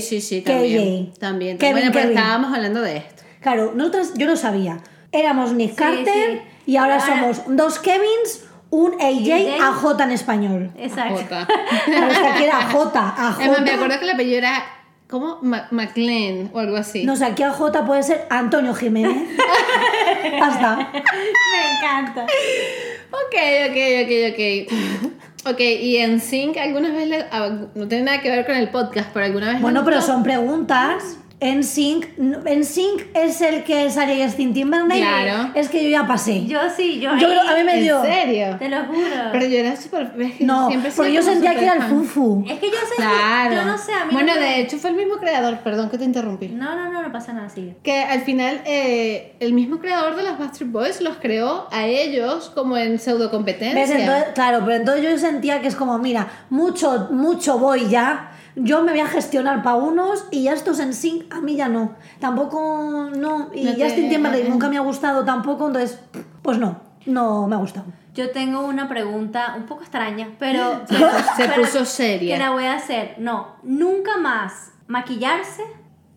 [SPEAKER 1] sí, sí, sí,
[SPEAKER 3] que
[SPEAKER 1] también.
[SPEAKER 3] Jay.
[SPEAKER 1] También.
[SPEAKER 3] Kevin,
[SPEAKER 1] bueno, pues pero
[SPEAKER 3] Kevin.
[SPEAKER 1] estábamos hablando de esto.
[SPEAKER 3] Claro, nosotras, yo no sabía. Éramos Nick Carter
[SPEAKER 2] sí.
[SPEAKER 3] y ahora,
[SPEAKER 2] Ahora-
[SPEAKER 3] somos dos Kevins, un AJ,
[SPEAKER 2] AJ.
[SPEAKER 3] AJ en español.
[SPEAKER 2] Exacto.
[SPEAKER 1] Jota.
[SPEAKER 3] Claro, es que aquí era AJ,
[SPEAKER 1] <laughs>
[SPEAKER 3] AJ.
[SPEAKER 1] Además, me acuerdo que el apellido era. ¿Cómo? Ma- McLean o algo así.
[SPEAKER 3] No sé, aquí AJ puede ser Antonio Jiménez.
[SPEAKER 1] <laughs>
[SPEAKER 2] <laughs>
[SPEAKER 3] Hasta.
[SPEAKER 2] Me encanta.
[SPEAKER 1] Ok, ok, ok, ok. Ok, y en Sync algunas veces, le- a- no tiene nada que ver con el podcast, pero alguna vez... le
[SPEAKER 3] Bueno, pero
[SPEAKER 1] gustó.
[SPEAKER 3] son preguntas. En Sync, en Sync es el que sale Justin Timberlake.
[SPEAKER 1] Claro.
[SPEAKER 3] Es que yo ya pasé. Yo,
[SPEAKER 2] Yo sí, yo.
[SPEAKER 3] creo- a mí me
[SPEAKER 1] ¿En
[SPEAKER 3] dio.
[SPEAKER 1] serio?
[SPEAKER 2] Te lo juro.
[SPEAKER 1] Pero yo era súper... es que
[SPEAKER 3] No,
[SPEAKER 1] siempre he sido
[SPEAKER 3] porque yo
[SPEAKER 1] como
[SPEAKER 3] sentía
[SPEAKER 1] súper
[SPEAKER 3] que era el
[SPEAKER 1] fan.
[SPEAKER 3] fufu.
[SPEAKER 2] Es que yo sé.
[SPEAKER 1] Claro.
[SPEAKER 2] Yo no sé, a mí.
[SPEAKER 1] bueno,
[SPEAKER 2] no me-
[SPEAKER 1] de hecho fue el mismo creador, perdón que te interrumpí.
[SPEAKER 2] No, no, no, no pasa nada, sigue.
[SPEAKER 1] Que al final eh, el mismo creador de los Backstreet Boys los creó a ellos como en pseudo competencia.
[SPEAKER 3] ¿Ves? Entonces, claro, pero entonces yo sentía que es como, mira, mucho, mucho voy ya. Yo me voy a gestionar para unos y ya estos en sync a mí ya no. Tampoco, no. Y
[SPEAKER 1] No te- ¿eh?
[SPEAKER 3] Justin Timberlake nunca me ha gustado tampoco, entonces, pues no, no me ha gustado.
[SPEAKER 2] Yo tengo una pregunta un poco extraña, pero.
[SPEAKER 1] <laughs>
[SPEAKER 2] <laughs>
[SPEAKER 1] Se
[SPEAKER 2] pero-
[SPEAKER 1] puso
[SPEAKER 2] Que la
[SPEAKER 1] seria.
[SPEAKER 2] voy a hacer. No, nunca más maquillarse.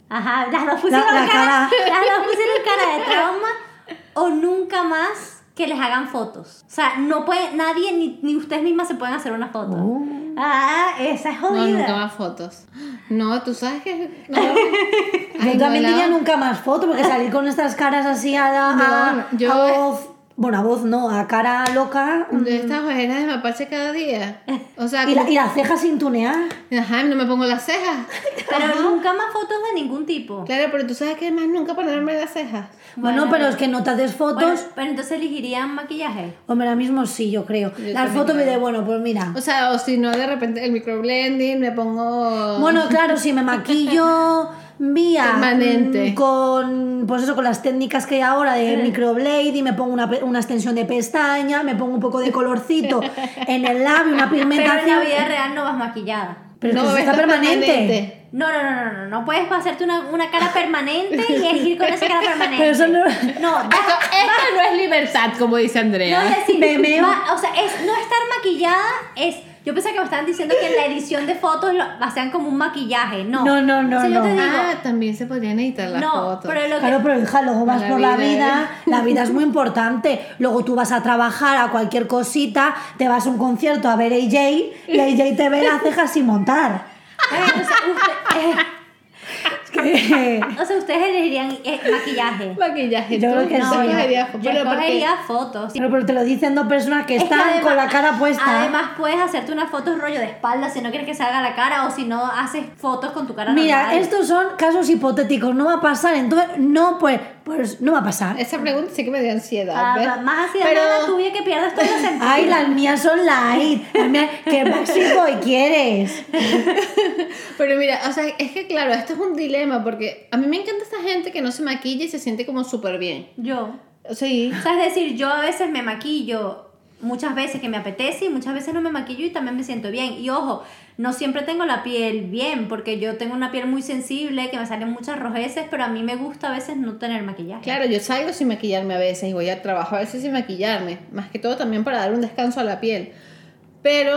[SPEAKER 2] Ajá, las dos pusieron
[SPEAKER 3] La- la
[SPEAKER 2] cara,
[SPEAKER 3] cara.
[SPEAKER 2] <laughs> Las dos pusieron cara de trauma. O nunca más que les hagan fotos. O sea, no puede, nadie, ni, ni ustedes mismas se pueden hacer una foto. Ah, esa es
[SPEAKER 1] No,
[SPEAKER 2] jodida.
[SPEAKER 1] nunca más fotos. No, tú sabes
[SPEAKER 3] <laughs>
[SPEAKER 1] que... No, Ay,
[SPEAKER 3] yo
[SPEAKER 1] no,
[SPEAKER 3] también
[SPEAKER 1] la-
[SPEAKER 3] tenía nunca más foto, porque salir con estas caras así a, la- a-
[SPEAKER 1] No, yo-
[SPEAKER 3] a voz, bueno, a voz no, a cara loca
[SPEAKER 1] De estas ojeras de mapache cada día. O sea,
[SPEAKER 3] y, la-
[SPEAKER 1] como-
[SPEAKER 3] y las cejas sin tunear.
[SPEAKER 1] ajá, no me pongo las cejas.
[SPEAKER 2] Pero nunca más fotos de ningún tipo.
[SPEAKER 1] Claro, pero tú sabes que además nunca ponerme las cejas.
[SPEAKER 3] Bueno,
[SPEAKER 2] Bueno,
[SPEAKER 3] pero es que no te haces fotos.
[SPEAKER 2] Bueno, pero entonces elegirían maquillaje.
[SPEAKER 3] Hombre, ahora mismo sí, yo creo. las fotos me de, bueno, pues mira.
[SPEAKER 1] O sea, o si no, de repente el microblending, me pongo.
[SPEAKER 3] Bueno, claro, si me maquillo vía
[SPEAKER 1] Permanente.
[SPEAKER 3] mm, con pues eso con las técnicas que hay ahora de microblade y me pongo una, pe- una extensión de pestaña, me pongo un poco de colorcito en el labio, una
[SPEAKER 2] Pero en la
[SPEAKER 3] pigmentación.
[SPEAKER 2] vida real no vas maquillada.
[SPEAKER 3] Pero es que
[SPEAKER 1] No,
[SPEAKER 3] eso
[SPEAKER 1] esto
[SPEAKER 3] está
[SPEAKER 1] es
[SPEAKER 3] permanente.
[SPEAKER 2] No, no, no, no, no, no puedes hacerte una, una cara permanente y elegir con <laughs> esa cara permanente.
[SPEAKER 3] Pero eso no- <laughs>
[SPEAKER 2] No,
[SPEAKER 1] Esto, esto no es libertad, como dice
[SPEAKER 2] No
[SPEAKER 1] Andrea.
[SPEAKER 2] es decir,
[SPEAKER 3] Eh, Me meo.
[SPEAKER 2] va- o sea, es no estar maquillada es. Yo pensaba que me estaban diciendo que en la edición de fotos lo hacían como un maquillaje. No.
[SPEAKER 3] No, no, no,
[SPEAKER 2] O sea, yo te
[SPEAKER 3] no.
[SPEAKER 1] ah, también se podrían editar
[SPEAKER 2] digo,
[SPEAKER 1] Ah, las
[SPEAKER 2] no,
[SPEAKER 1] fotos.
[SPEAKER 2] pero lo que.
[SPEAKER 3] Claro, pero hija, luego vas
[SPEAKER 1] La
[SPEAKER 3] por la vida,
[SPEAKER 1] vida
[SPEAKER 2] ¿eh?
[SPEAKER 3] la vida es muy importante. Luego tú vas a trabajar a cualquier cosita, te vas a un concierto a ver AJ y AJ te ve las cejas sin montar.
[SPEAKER 2] Bueno, entonces, usted- eh,
[SPEAKER 3] Es que-
[SPEAKER 2] o sea, ustedes elegirían eh, maquillaje.
[SPEAKER 1] Maquillaje.
[SPEAKER 3] Yo
[SPEAKER 1] tú
[SPEAKER 3] creo que
[SPEAKER 1] no
[SPEAKER 3] sí.
[SPEAKER 1] cogerías-
[SPEAKER 2] yo
[SPEAKER 1] pero porque-
[SPEAKER 2] escogería fotos.
[SPEAKER 3] Pero, pero te lo dicen dos personas que
[SPEAKER 2] Es que
[SPEAKER 3] están con
[SPEAKER 2] además-
[SPEAKER 3] la cara puesta.
[SPEAKER 2] Además, puedes hacerte unas fotos rollo de espalda si no quieres que salga la cara o si no haces fotos con tu cara
[SPEAKER 3] Mira,
[SPEAKER 2] normal.
[SPEAKER 3] estos son casos hipotéticos, no va a pasar, entonces no pues, pues no va a pasar.
[SPEAKER 1] Esa pregunta sí que me dio ansiedad.
[SPEAKER 2] Ah,
[SPEAKER 1] ¿ves?
[SPEAKER 2] más así de
[SPEAKER 1] Pero-
[SPEAKER 2] nada tu vida que pierdas todos los sentidos.
[SPEAKER 3] Ay, las mías son light, las mías, que máximo y quieres.
[SPEAKER 1] Pero mira, o sea, es que claro, esto es un dilema porque a mí me encanta esta gente que no se maquilla y se siente como súper bien.
[SPEAKER 2] Yo.
[SPEAKER 1] O sea, y-
[SPEAKER 2] O sea, es decir, yo a veces me maquillo muchas veces que me apetece y muchas veces no me maquillo y también me siento bien. Y ojo, no siempre tengo la piel bien porque yo tengo una piel muy sensible, que me salen muchas rojeces, pero a mí me gusta a veces no tener maquillaje.
[SPEAKER 1] Claro, yo salgo sin maquillarme a veces y voy al trabajo a veces sin maquillarme, más que todo también para dar un descanso a la piel. Pero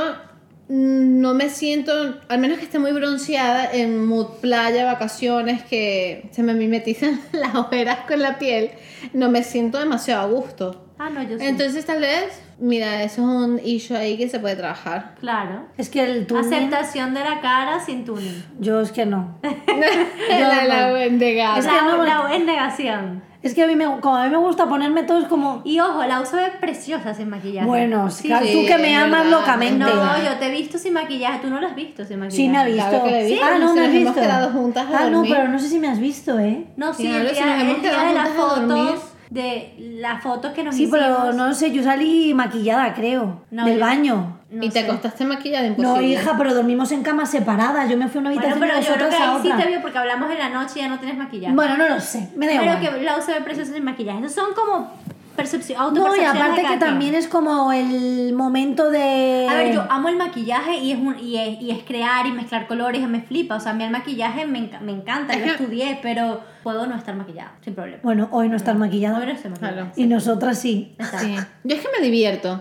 [SPEAKER 1] mm, no me siento, al menos que esté muy bronceada en mood playa, vacaciones, <laughs> que se me mimetizan las ojeras con la piel, no me siento demasiado a gusto.
[SPEAKER 2] Ah, no, yo sí.
[SPEAKER 1] Entonces, tal vez, mira, eso es un issue ahí que se puede trabajar.
[SPEAKER 2] claro.
[SPEAKER 3] Es que el tuning,
[SPEAKER 2] Aceptación de la cara sin tuning.
[SPEAKER 3] yo es que no.
[SPEAKER 1] la, la
[SPEAKER 2] La,
[SPEAKER 1] bendegada.
[SPEAKER 3] Ah, Es que no,
[SPEAKER 2] la es negación.
[SPEAKER 3] Es que a mí me, como a mí me gusta ponerme todo es como,
[SPEAKER 2] Y ojo, la uso es preciosa sin maquillaje.
[SPEAKER 3] bueno,
[SPEAKER 1] Sí,
[SPEAKER 3] claro, tú que me
[SPEAKER 1] es
[SPEAKER 3] amas
[SPEAKER 1] verdad,
[SPEAKER 3] locamente.
[SPEAKER 2] No,
[SPEAKER 1] mentira.
[SPEAKER 2] yo te he visto sin maquillaje. Tú no lo has visto sin maquillaje.
[SPEAKER 3] Sí, me ha
[SPEAKER 1] Claro
[SPEAKER 3] visto.
[SPEAKER 1] que la he visto,
[SPEAKER 3] ah, no,
[SPEAKER 1] nos
[SPEAKER 3] me has
[SPEAKER 1] hemos
[SPEAKER 3] visto.
[SPEAKER 1] quedado juntas a
[SPEAKER 3] ah, no,
[SPEAKER 1] dormir.
[SPEAKER 3] pero no sé si me has visto, ¿eh?
[SPEAKER 2] No, sí,
[SPEAKER 1] Claro,
[SPEAKER 2] el
[SPEAKER 1] si
[SPEAKER 2] día,
[SPEAKER 1] nos hemos
[SPEAKER 2] el día
[SPEAKER 1] quedado
[SPEAKER 2] de las
[SPEAKER 1] juntas a dormir.
[SPEAKER 2] fotos, de las fotos que nos
[SPEAKER 3] Sí,
[SPEAKER 2] hicimos.
[SPEAKER 3] pero no sé, yo salí maquillada, creo,
[SPEAKER 2] No,
[SPEAKER 3] del
[SPEAKER 2] yo-
[SPEAKER 3] baño.
[SPEAKER 2] no
[SPEAKER 1] y te
[SPEAKER 2] sé.
[SPEAKER 1] acostaste maquillada, imposible.
[SPEAKER 3] No, hija, pero dormimos en camas separadas. Yo me fui a una
[SPEAKER 2] Bueno,
[SPEAKER 3] habitación
[SPEAKER 2] pero
[SPEAKER 3] y
[SPEAKER 2] yo creo
[SPEAKER 3] vosotras
[SPEAKER 2] que
[SPEAKER 3] a
[SPEAKER 2] ahí sí
[SPEAKER 3] otra.
[SPEAKER 2] te vio porque hablamos en la noche y ya no tienes maquillaje.
[SPEAKER 3] Bueno, no lo sé, me da
[SPEAKER 2] pero
[SPEAKER 3] igual.
[SPEAKER 2] que la uso de preciosa sin maquillaje. Esos son como percepción,
[SPEAKER 3] No, y
[SPEAKER 2] autopercepciones. de cada
[SPEAKER 3] aparte que
[SPEAKER 2] quien.
[SPEAKER 3] también es como el momento de...
[SPEAKER 2] A ver, yo amo el maquillaje y es, un, y es, y es crear y mezclar colores, y me flipa. O sea, a mí el maquillaje me, enca- me encanta, yo
[SPEAKER 1] Ajá.
[SPEAKER 2] estudié, pero puedo no estar maquillada, sin problema.
[SPEAKER 3] Bueno, hoy no estás maquillada.
[SPEAKER 2] Ahora estoy maquillada.
[SPEAKER 1] Claro.
[SPEAKER 3] Y nosotras sí.
[SPEAKER 2] Está.
[SPEAKER 1] Sí. Yo es que me divierto.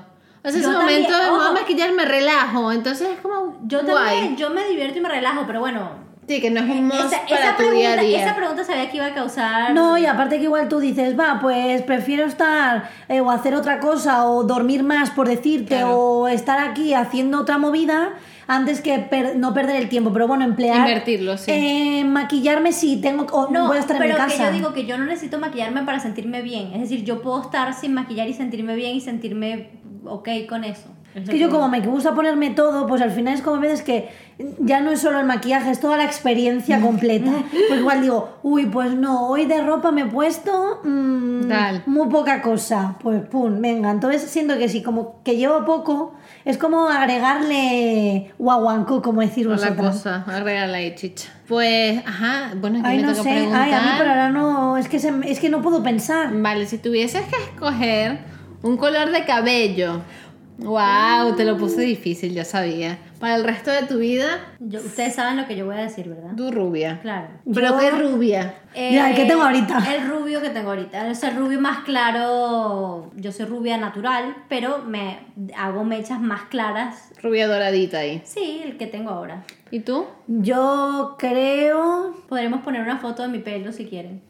[SPEAKER 1] O sea,
[SPEAKER 2] Yo
[SPEAKER 1] ese momento
[SPEAKER 2] también,
[SPEAKER 1] de me voy a
[SPEAKER 2] ojo.
[SPEAKER 1] maquillar, me relajo. Entonces es como.
[SPEAKER 2] Yo
[SPEAKER 1] guay.
[SPEAKER 2] también, yo me divierto y me relajo, pero bueno.
[SPEAKER 1] Sí, que no es un must
[SPEAKER 2] Esa,
[SPEAKER 1] para
[SPEAKER 2] esa
[SPEAKER 1] tu
[SPEAKER 2] pregunta,
[SPEAKER 1] día a día.
[SPEAKER 2] esa pregunta sabía que iba a causar.
[SPEAKER 3] No, y aparte que igual tú dices, va, pues prefiero estar eh, o hacer otra cosa o dormir más por decirte
[SPEAKER 1] Claro.
[SPEAKER 3] o estar aquí haciendo otra movida antes que per- no perder el tiempo. Pero bueno, emplear...
[SPEAKER 1] Invertirlo, sí.
[SPEAKER 3] eh, maquillarme si tengo... O
[SPEAKER 2] No,
[SPEAKER 3] voy a estar en
[SPEAKER 2] pero
[SPEAKER 3] mi
[SPEAKER 2] que
[SPEAKER 3] casa.
[SPEAKER 2] yo digo que yo no necesito maquillarme para sentirme bien. Es decir, yo puedo estar sin maquillar y sentirme bien y sentirme ok con eso.
[SPEAKER 3] Es que yo como me gusta ponerme todo, pues al final es como veces que ya no es solo el maquillaje, es toda la
[SPEAKER 1] <laughs>
[SPEAKER 3] experiencia completa. Pues igual digo, uy, pues no, hoy de ropa me he puesto mm,
[SPEAKER 1] Tal.
[SPEAKER 3] muy poca cosa. Pues pum, venga. Entonces siento que sí, como que llevo poco, es como agregarle guaguanco, como decir
[SPEAKER 1] No la
[SPEAKER 3] vosotras.
[SPEAKER 1] cosa, arregla y chicha. Pues, ajá, bueno, aquí
[SPEAKER 3] Ay,
[SPEAKER 1] me
[SPEAKER 3] no
[SPEAKER 1] toca
[SPEAKER 3] sé,
[SPEAKER 1] preguntar.
[SPEAKER 3] ay, a mí pero ahora no, es que, se- es que no puedo pensar.
[SPEAKER 1] Vale, si tuvieses que escoger un color de cabello. Wow, te lo puse difícil, yo sabía. Para el resto de tu vida,
[SPEAKER 2] Yo- ustedes saben lo que yo voy a decir, ¿verdad?
[SPEAKER 1] tú rubia.
[SPEAKER 2] Claro. Eh,
[SPEAKER 1] Pero
[SPEAKER 3] Yo-
[SPEAKER 1] qué rubia.
[SPEAKER 3] <laughs> Ya, ¿el que tengo ahorita?
[SPEAKER 2] El rubio que tengo ahorita. Es el rubio más claro. Yo soy rubia natural, pero me hago mechas más claras.
[SPEAKER 1] Rubia doradita ahí.
[SPEAKER 2] Sí, el que tengo ahora.
[SPEAKER 1] ¿Y tú?
[SPEAKER 3] Yo creo...
[SPEAKER 1] <laughs>
[SPEAKER 2] Podremos poner una foto de mi pelo si quieren.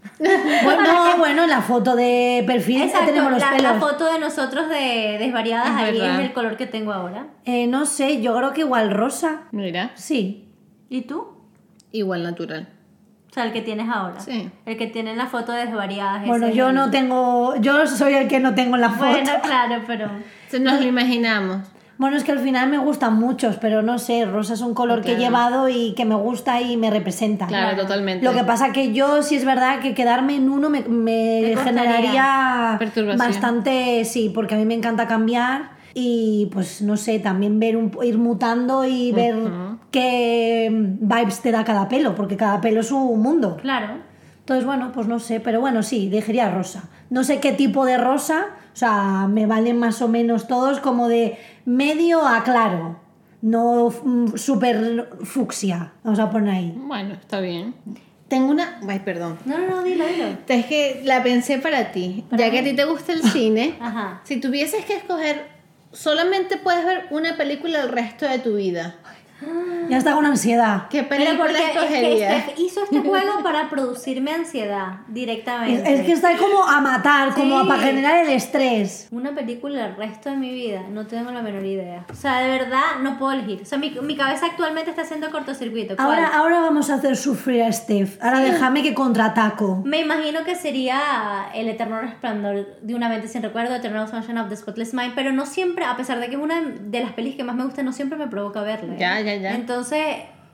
[SPEAKER 3] Bueno, bueno, en la foto de perfil ya
[SPEAKER 2] Exacto,
[SPEAKER 3] tenemos los
[SPEAKER 2] la,
[SPEAKER 3] pelos.
[SPEAKER 2] la foto de nosotros de desvariadas
[SPEAKER 1] Es
[SPEAKER 2] ahí
[SPEAKER 1] verdad.
[SPEAKER 2] es el color que tengo ahora.
[SPEAKER 3] Eh, no sé, yo creo que igual rosa.
[SPEAKER 1] Mira,
[SPEAKER 3] Sí.
[SPEAKER 2] ¿Y tú?
[SPEAKER 1] igual natural.
[SPEAKER 2] O sea, el que tienes ahora.
[SPEAKER 1] Sí.
[SPEAKER 2] El que tiene la foto de desvariadas. ese
[SPEAKER 3] Bueno,
[SPEAKER 2] es
[SPEAKER 3] yo
[SPEAKER 2] el-
[SPEAKER 3] no tengo. Yo soy el que no tengo en la foto.
[SPEAKER 2] Bueno,
[SPEAKER 3] Bueno.
[SPEAKER 2] claro, pero.
[SPEAKER 1] Se nos lo imaginamos.
[SPEAKER 3] es que al final me gustan muchos, pero no sé, rosa es un color que he llevado y que me gusta y me representa.
[SPEAKER 1] Claro, totalmente.
[SPEAKER 3] Lo que pasa que yo, si es verdad que quedarme en uno me, me
[SPEAKER 2] Te costaría.
[SPEAKER 3] generaría
[SPEAKER 1] Perturbación.
[SPEAKER 3] bastante, sí, porque a mí me encanta cambiar y pues no sé, también ver un, ir mutando y ver qué vibes te da cada pelo, porque cada pelo es un mundo.
[SPEAKER 2] Claro.
[SPEAKER 3] Entonces, bueno, pues no sé, pero bueno, sí, elegiría rosa. No sé qué tipo de rosa, o sea, me valen más o menos todos como de medio a claro, no mm, súper fucsia, vamos a poner ahí.
[SPEAKER 1] Bueno, está bien. Tengo una. Ay, perdón.
[SPEAKER 2] No, no, no, dilo, dilo.
[SPEAKER 1] Es que la pensé para ti. ya que a ti te gusta el
[SPEAKER 2] <laughs>
[SPEAKER 1] cine,
[SPEAKER 2] Ajá.
[SPEAKER 1] si tuvieses que escoger, solamente puedes ver una película el resto de tu vida.
[SPEAKER 3] Ya está con ansiedad.
[SPEAKER 1] ¿Qué
[SPEAKER 2] Pero
[SPEAKER 1] película
[SPEAKER 2] porque es que
[SPEAKER 1] escogerías?
[SPEAKER 2] este- hizo este juego para producirme ansiedad
[SPEAKER 3] Es,
[SPEAKER 2] directamente.
[SPEAKER 3] es que está como a matar, como
[SPEAKER 2] Sí.
[SPEAKER 3] para generar el estrés.
[SPEAKER 2] Una película el resto de mi vida, no tengo la menor idea. O sea, de verdad no puedo elegir. O sea, mi, mi cabeza actualmente está haciendo cortocircuito. ¿Cuál?
[SPEAKER 3] Ahora, ahora vamos a hacer sufrir a Steph. Ahora déjame que contraataco.
[SPEAKER 2] Me imagino que sería el eterno resplandor de una mente sin recuerdo, Eternal Sunshine of the Spotless Mind, pero no siempre, a pesar de que es una de las pelis que más me gusta, no siempre me provoca verla. ¿eh?
[SPEAKER 1] Ya, ya, ya.
[SPEAKER 2] Entonces,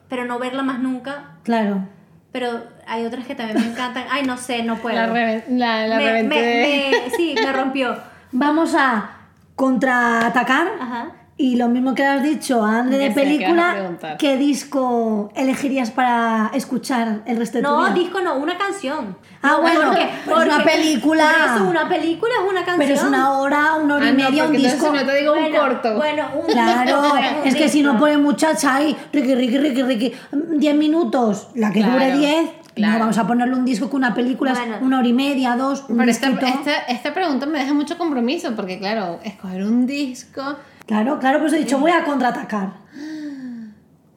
[SPEAKER 2] pero no verla más nunca.
[SPEAKER 3] Claro.
[SPEAKER 2] Pero hay otras que también me encantan. Ay, no sé, no puedo.
[SPEAKER 1] La, reven- la, la
[SPEAKER 2] Me- me-
[SPEAKER 1] reventé.
[SPEAKER 2] me- sí,
[SPEAKER 1] <laughs>
[SPEAKER 2] me rompió.
[SPEAKER 3] Vamos a contraatacar.
[SPEAKER 2] Ajá.
[SPEAKER 3] Y lo mismo que has dicho antes de
[SPEAKER 1] Ya sé qué vas a
[SPEAKER 3] película,
[SPEAKER 1] preguntar.
[SPEAKER 3] ¿qué disco elegirías para escuchar el resto de tu
[SPEAKER 2] No,
[SPEAKER 3] vida?
[SPEAKER 2] disco no, una canción.
[SPEAKER 3] Ah,
[SPEAKER 2] No,
[SPEAKER 3] bueno, pero es una película.
[SPEAKER 2] por eso una película es una canción.
[SPEAKER 3] Pero es una hora, una hora
[SPEAKER 1] Ah,
[SPEAKER 3] y
[SPEAKER 1] no,
[SPEAKER 3] media, un
[SPEAKER 1] porque entonces
[SPEAKER 3] disco.
[SPEAKER 1] no te digo un
[SPEAKER 2] Bueno,
[SPEAKER 1] corto.
[SPEAKER 2] Bueno, un <laughs>
[SPEAKER 3] Claro,
[SPEAKER 2] bueno, un
[SPEAKER 3] es que si no
[SPEAKER 2] disco.
[SPEAKER 3] pone muchacha ahí, riqui, riqui, riqui, riqui, 10 minutos, la que
[SPEAKER 1] Claro,
[SPEAKER 3] dure 10, no,
[SPEAKER 1] claro.
[SPEAKER 3] vamos a ponerle un disco con una película, es
[SPEAKER 2] Bueno.
[SPEAKER 3] una hora y media, dos, un
[SPEAKER 1] Pero este- esta,
[SPEAKER 3] disquito.
[SPEAKER 1] esta, esta pregunta me deja mucho compromiso, porque claro, escoger un disco,
[SPEAKER 3] Claro, claro, pues he dicho, voy a contraatacar.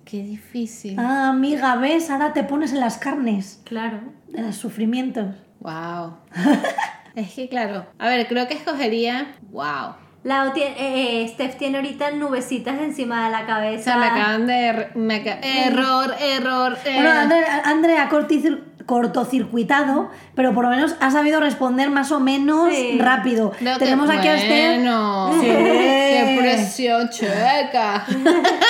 [SPEAKER 1] qué difícil.
[SPEAKER 3] Ah, amiga, ¿ves? Ahora te pones en las carnes,
[SPEAKER 2] Claro.
[SPEAKER 3] en los sufrimientos.
[SPEAKER 1] Wow. <laughs> Es que claro. A ver, creo que escogería. ¡Wow!
[SPEAKER 2] Lau tiene- eh, eh, Steph tiene ahorita nubecitas encima de la
[SPEAKER 1] O
[SPEAKER 2] cabeza.
[SPEAKER 1] sea,
[SPEAKER 3] Ah.
[SPEAKER 1] me acaban de. er- me aca- error, error, eh.
[SPEAKER 3] Bueno, André, André ha corticir- cortocircuitado, pero por lo menos ha sabido responder más o menos
[SPEAKER 2] Sí.
[SPEAKER 3] rápido.
[SPEAKER 1] Veo que-
[SPEAKER 3] Tenemos aquí
[SPEAKER 1] bueno,
[SPEAKER 3] a Esther. Sí.
[SPEAKER 1] ¡Qué presión, chueca! <laughs>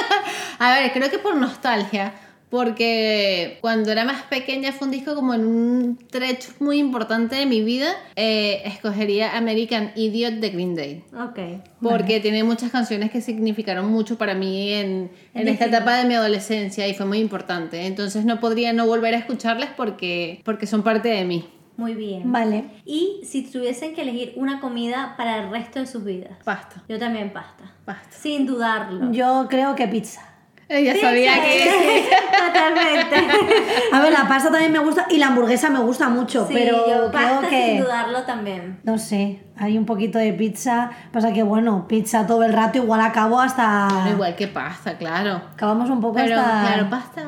[SPEAKER 1] a ver, creo que por nostalgia. Porque cuando era más pequeña fue un disco como en un trecho muy importante de mi vida. eh, escogería American Idiot de Green Day.
[SPEAKER 2] Ok.
[SPEAKER 1] Porque tiene muchas canciones que significaron mucho para mí en, en esta etapa de mi adolescencia y fue muy importante. Entonces no podría no volver a escucharlas porque, porque son parte de mí.
[SPEAKER 2] Muy bien.
[SPEAKER 3] Vale.
[SPEAKER 2] Y si tuviesen que elegir una comida para el resto de sus vidas.
[SPEAKER 1] Basta,
[SPEAKER 2] Yo también pasta.
[SPEAKER 1] basta.
[SPEAKER 2] Sin dudarlo.
[SPEAKER 3] Yo creo que pizza.
[SPEAKER 1] Ella sabía que...
[SPEAKER 2] <laughs> Totalmente.
[SPEAKER 3] A ver, la pasta también me gusta y la hamburguesa me gusta mucho,
[SPEAKER 2] Sí,
[SPEAKER 3] pero
[SPEAKER 2] yo
[SPEAKER 3] creo
[SPEAKER 2] pasta
[SPEAKER 3] que
[SPEAKER 2] sin dudarlo también.
[SPEAKER 3] no sé, hay un poquito de pizza, pasa que bueno, pizza todo el rato igual acabo hasta
[SPEAKER 1] Bueno, igual que pasta, claro.
[SPEAKER 3] acabamos un poco
[SPEAKER 1] Pero
[SPEAKER 3] hasta
[SPEAKER 1] claro, pasta,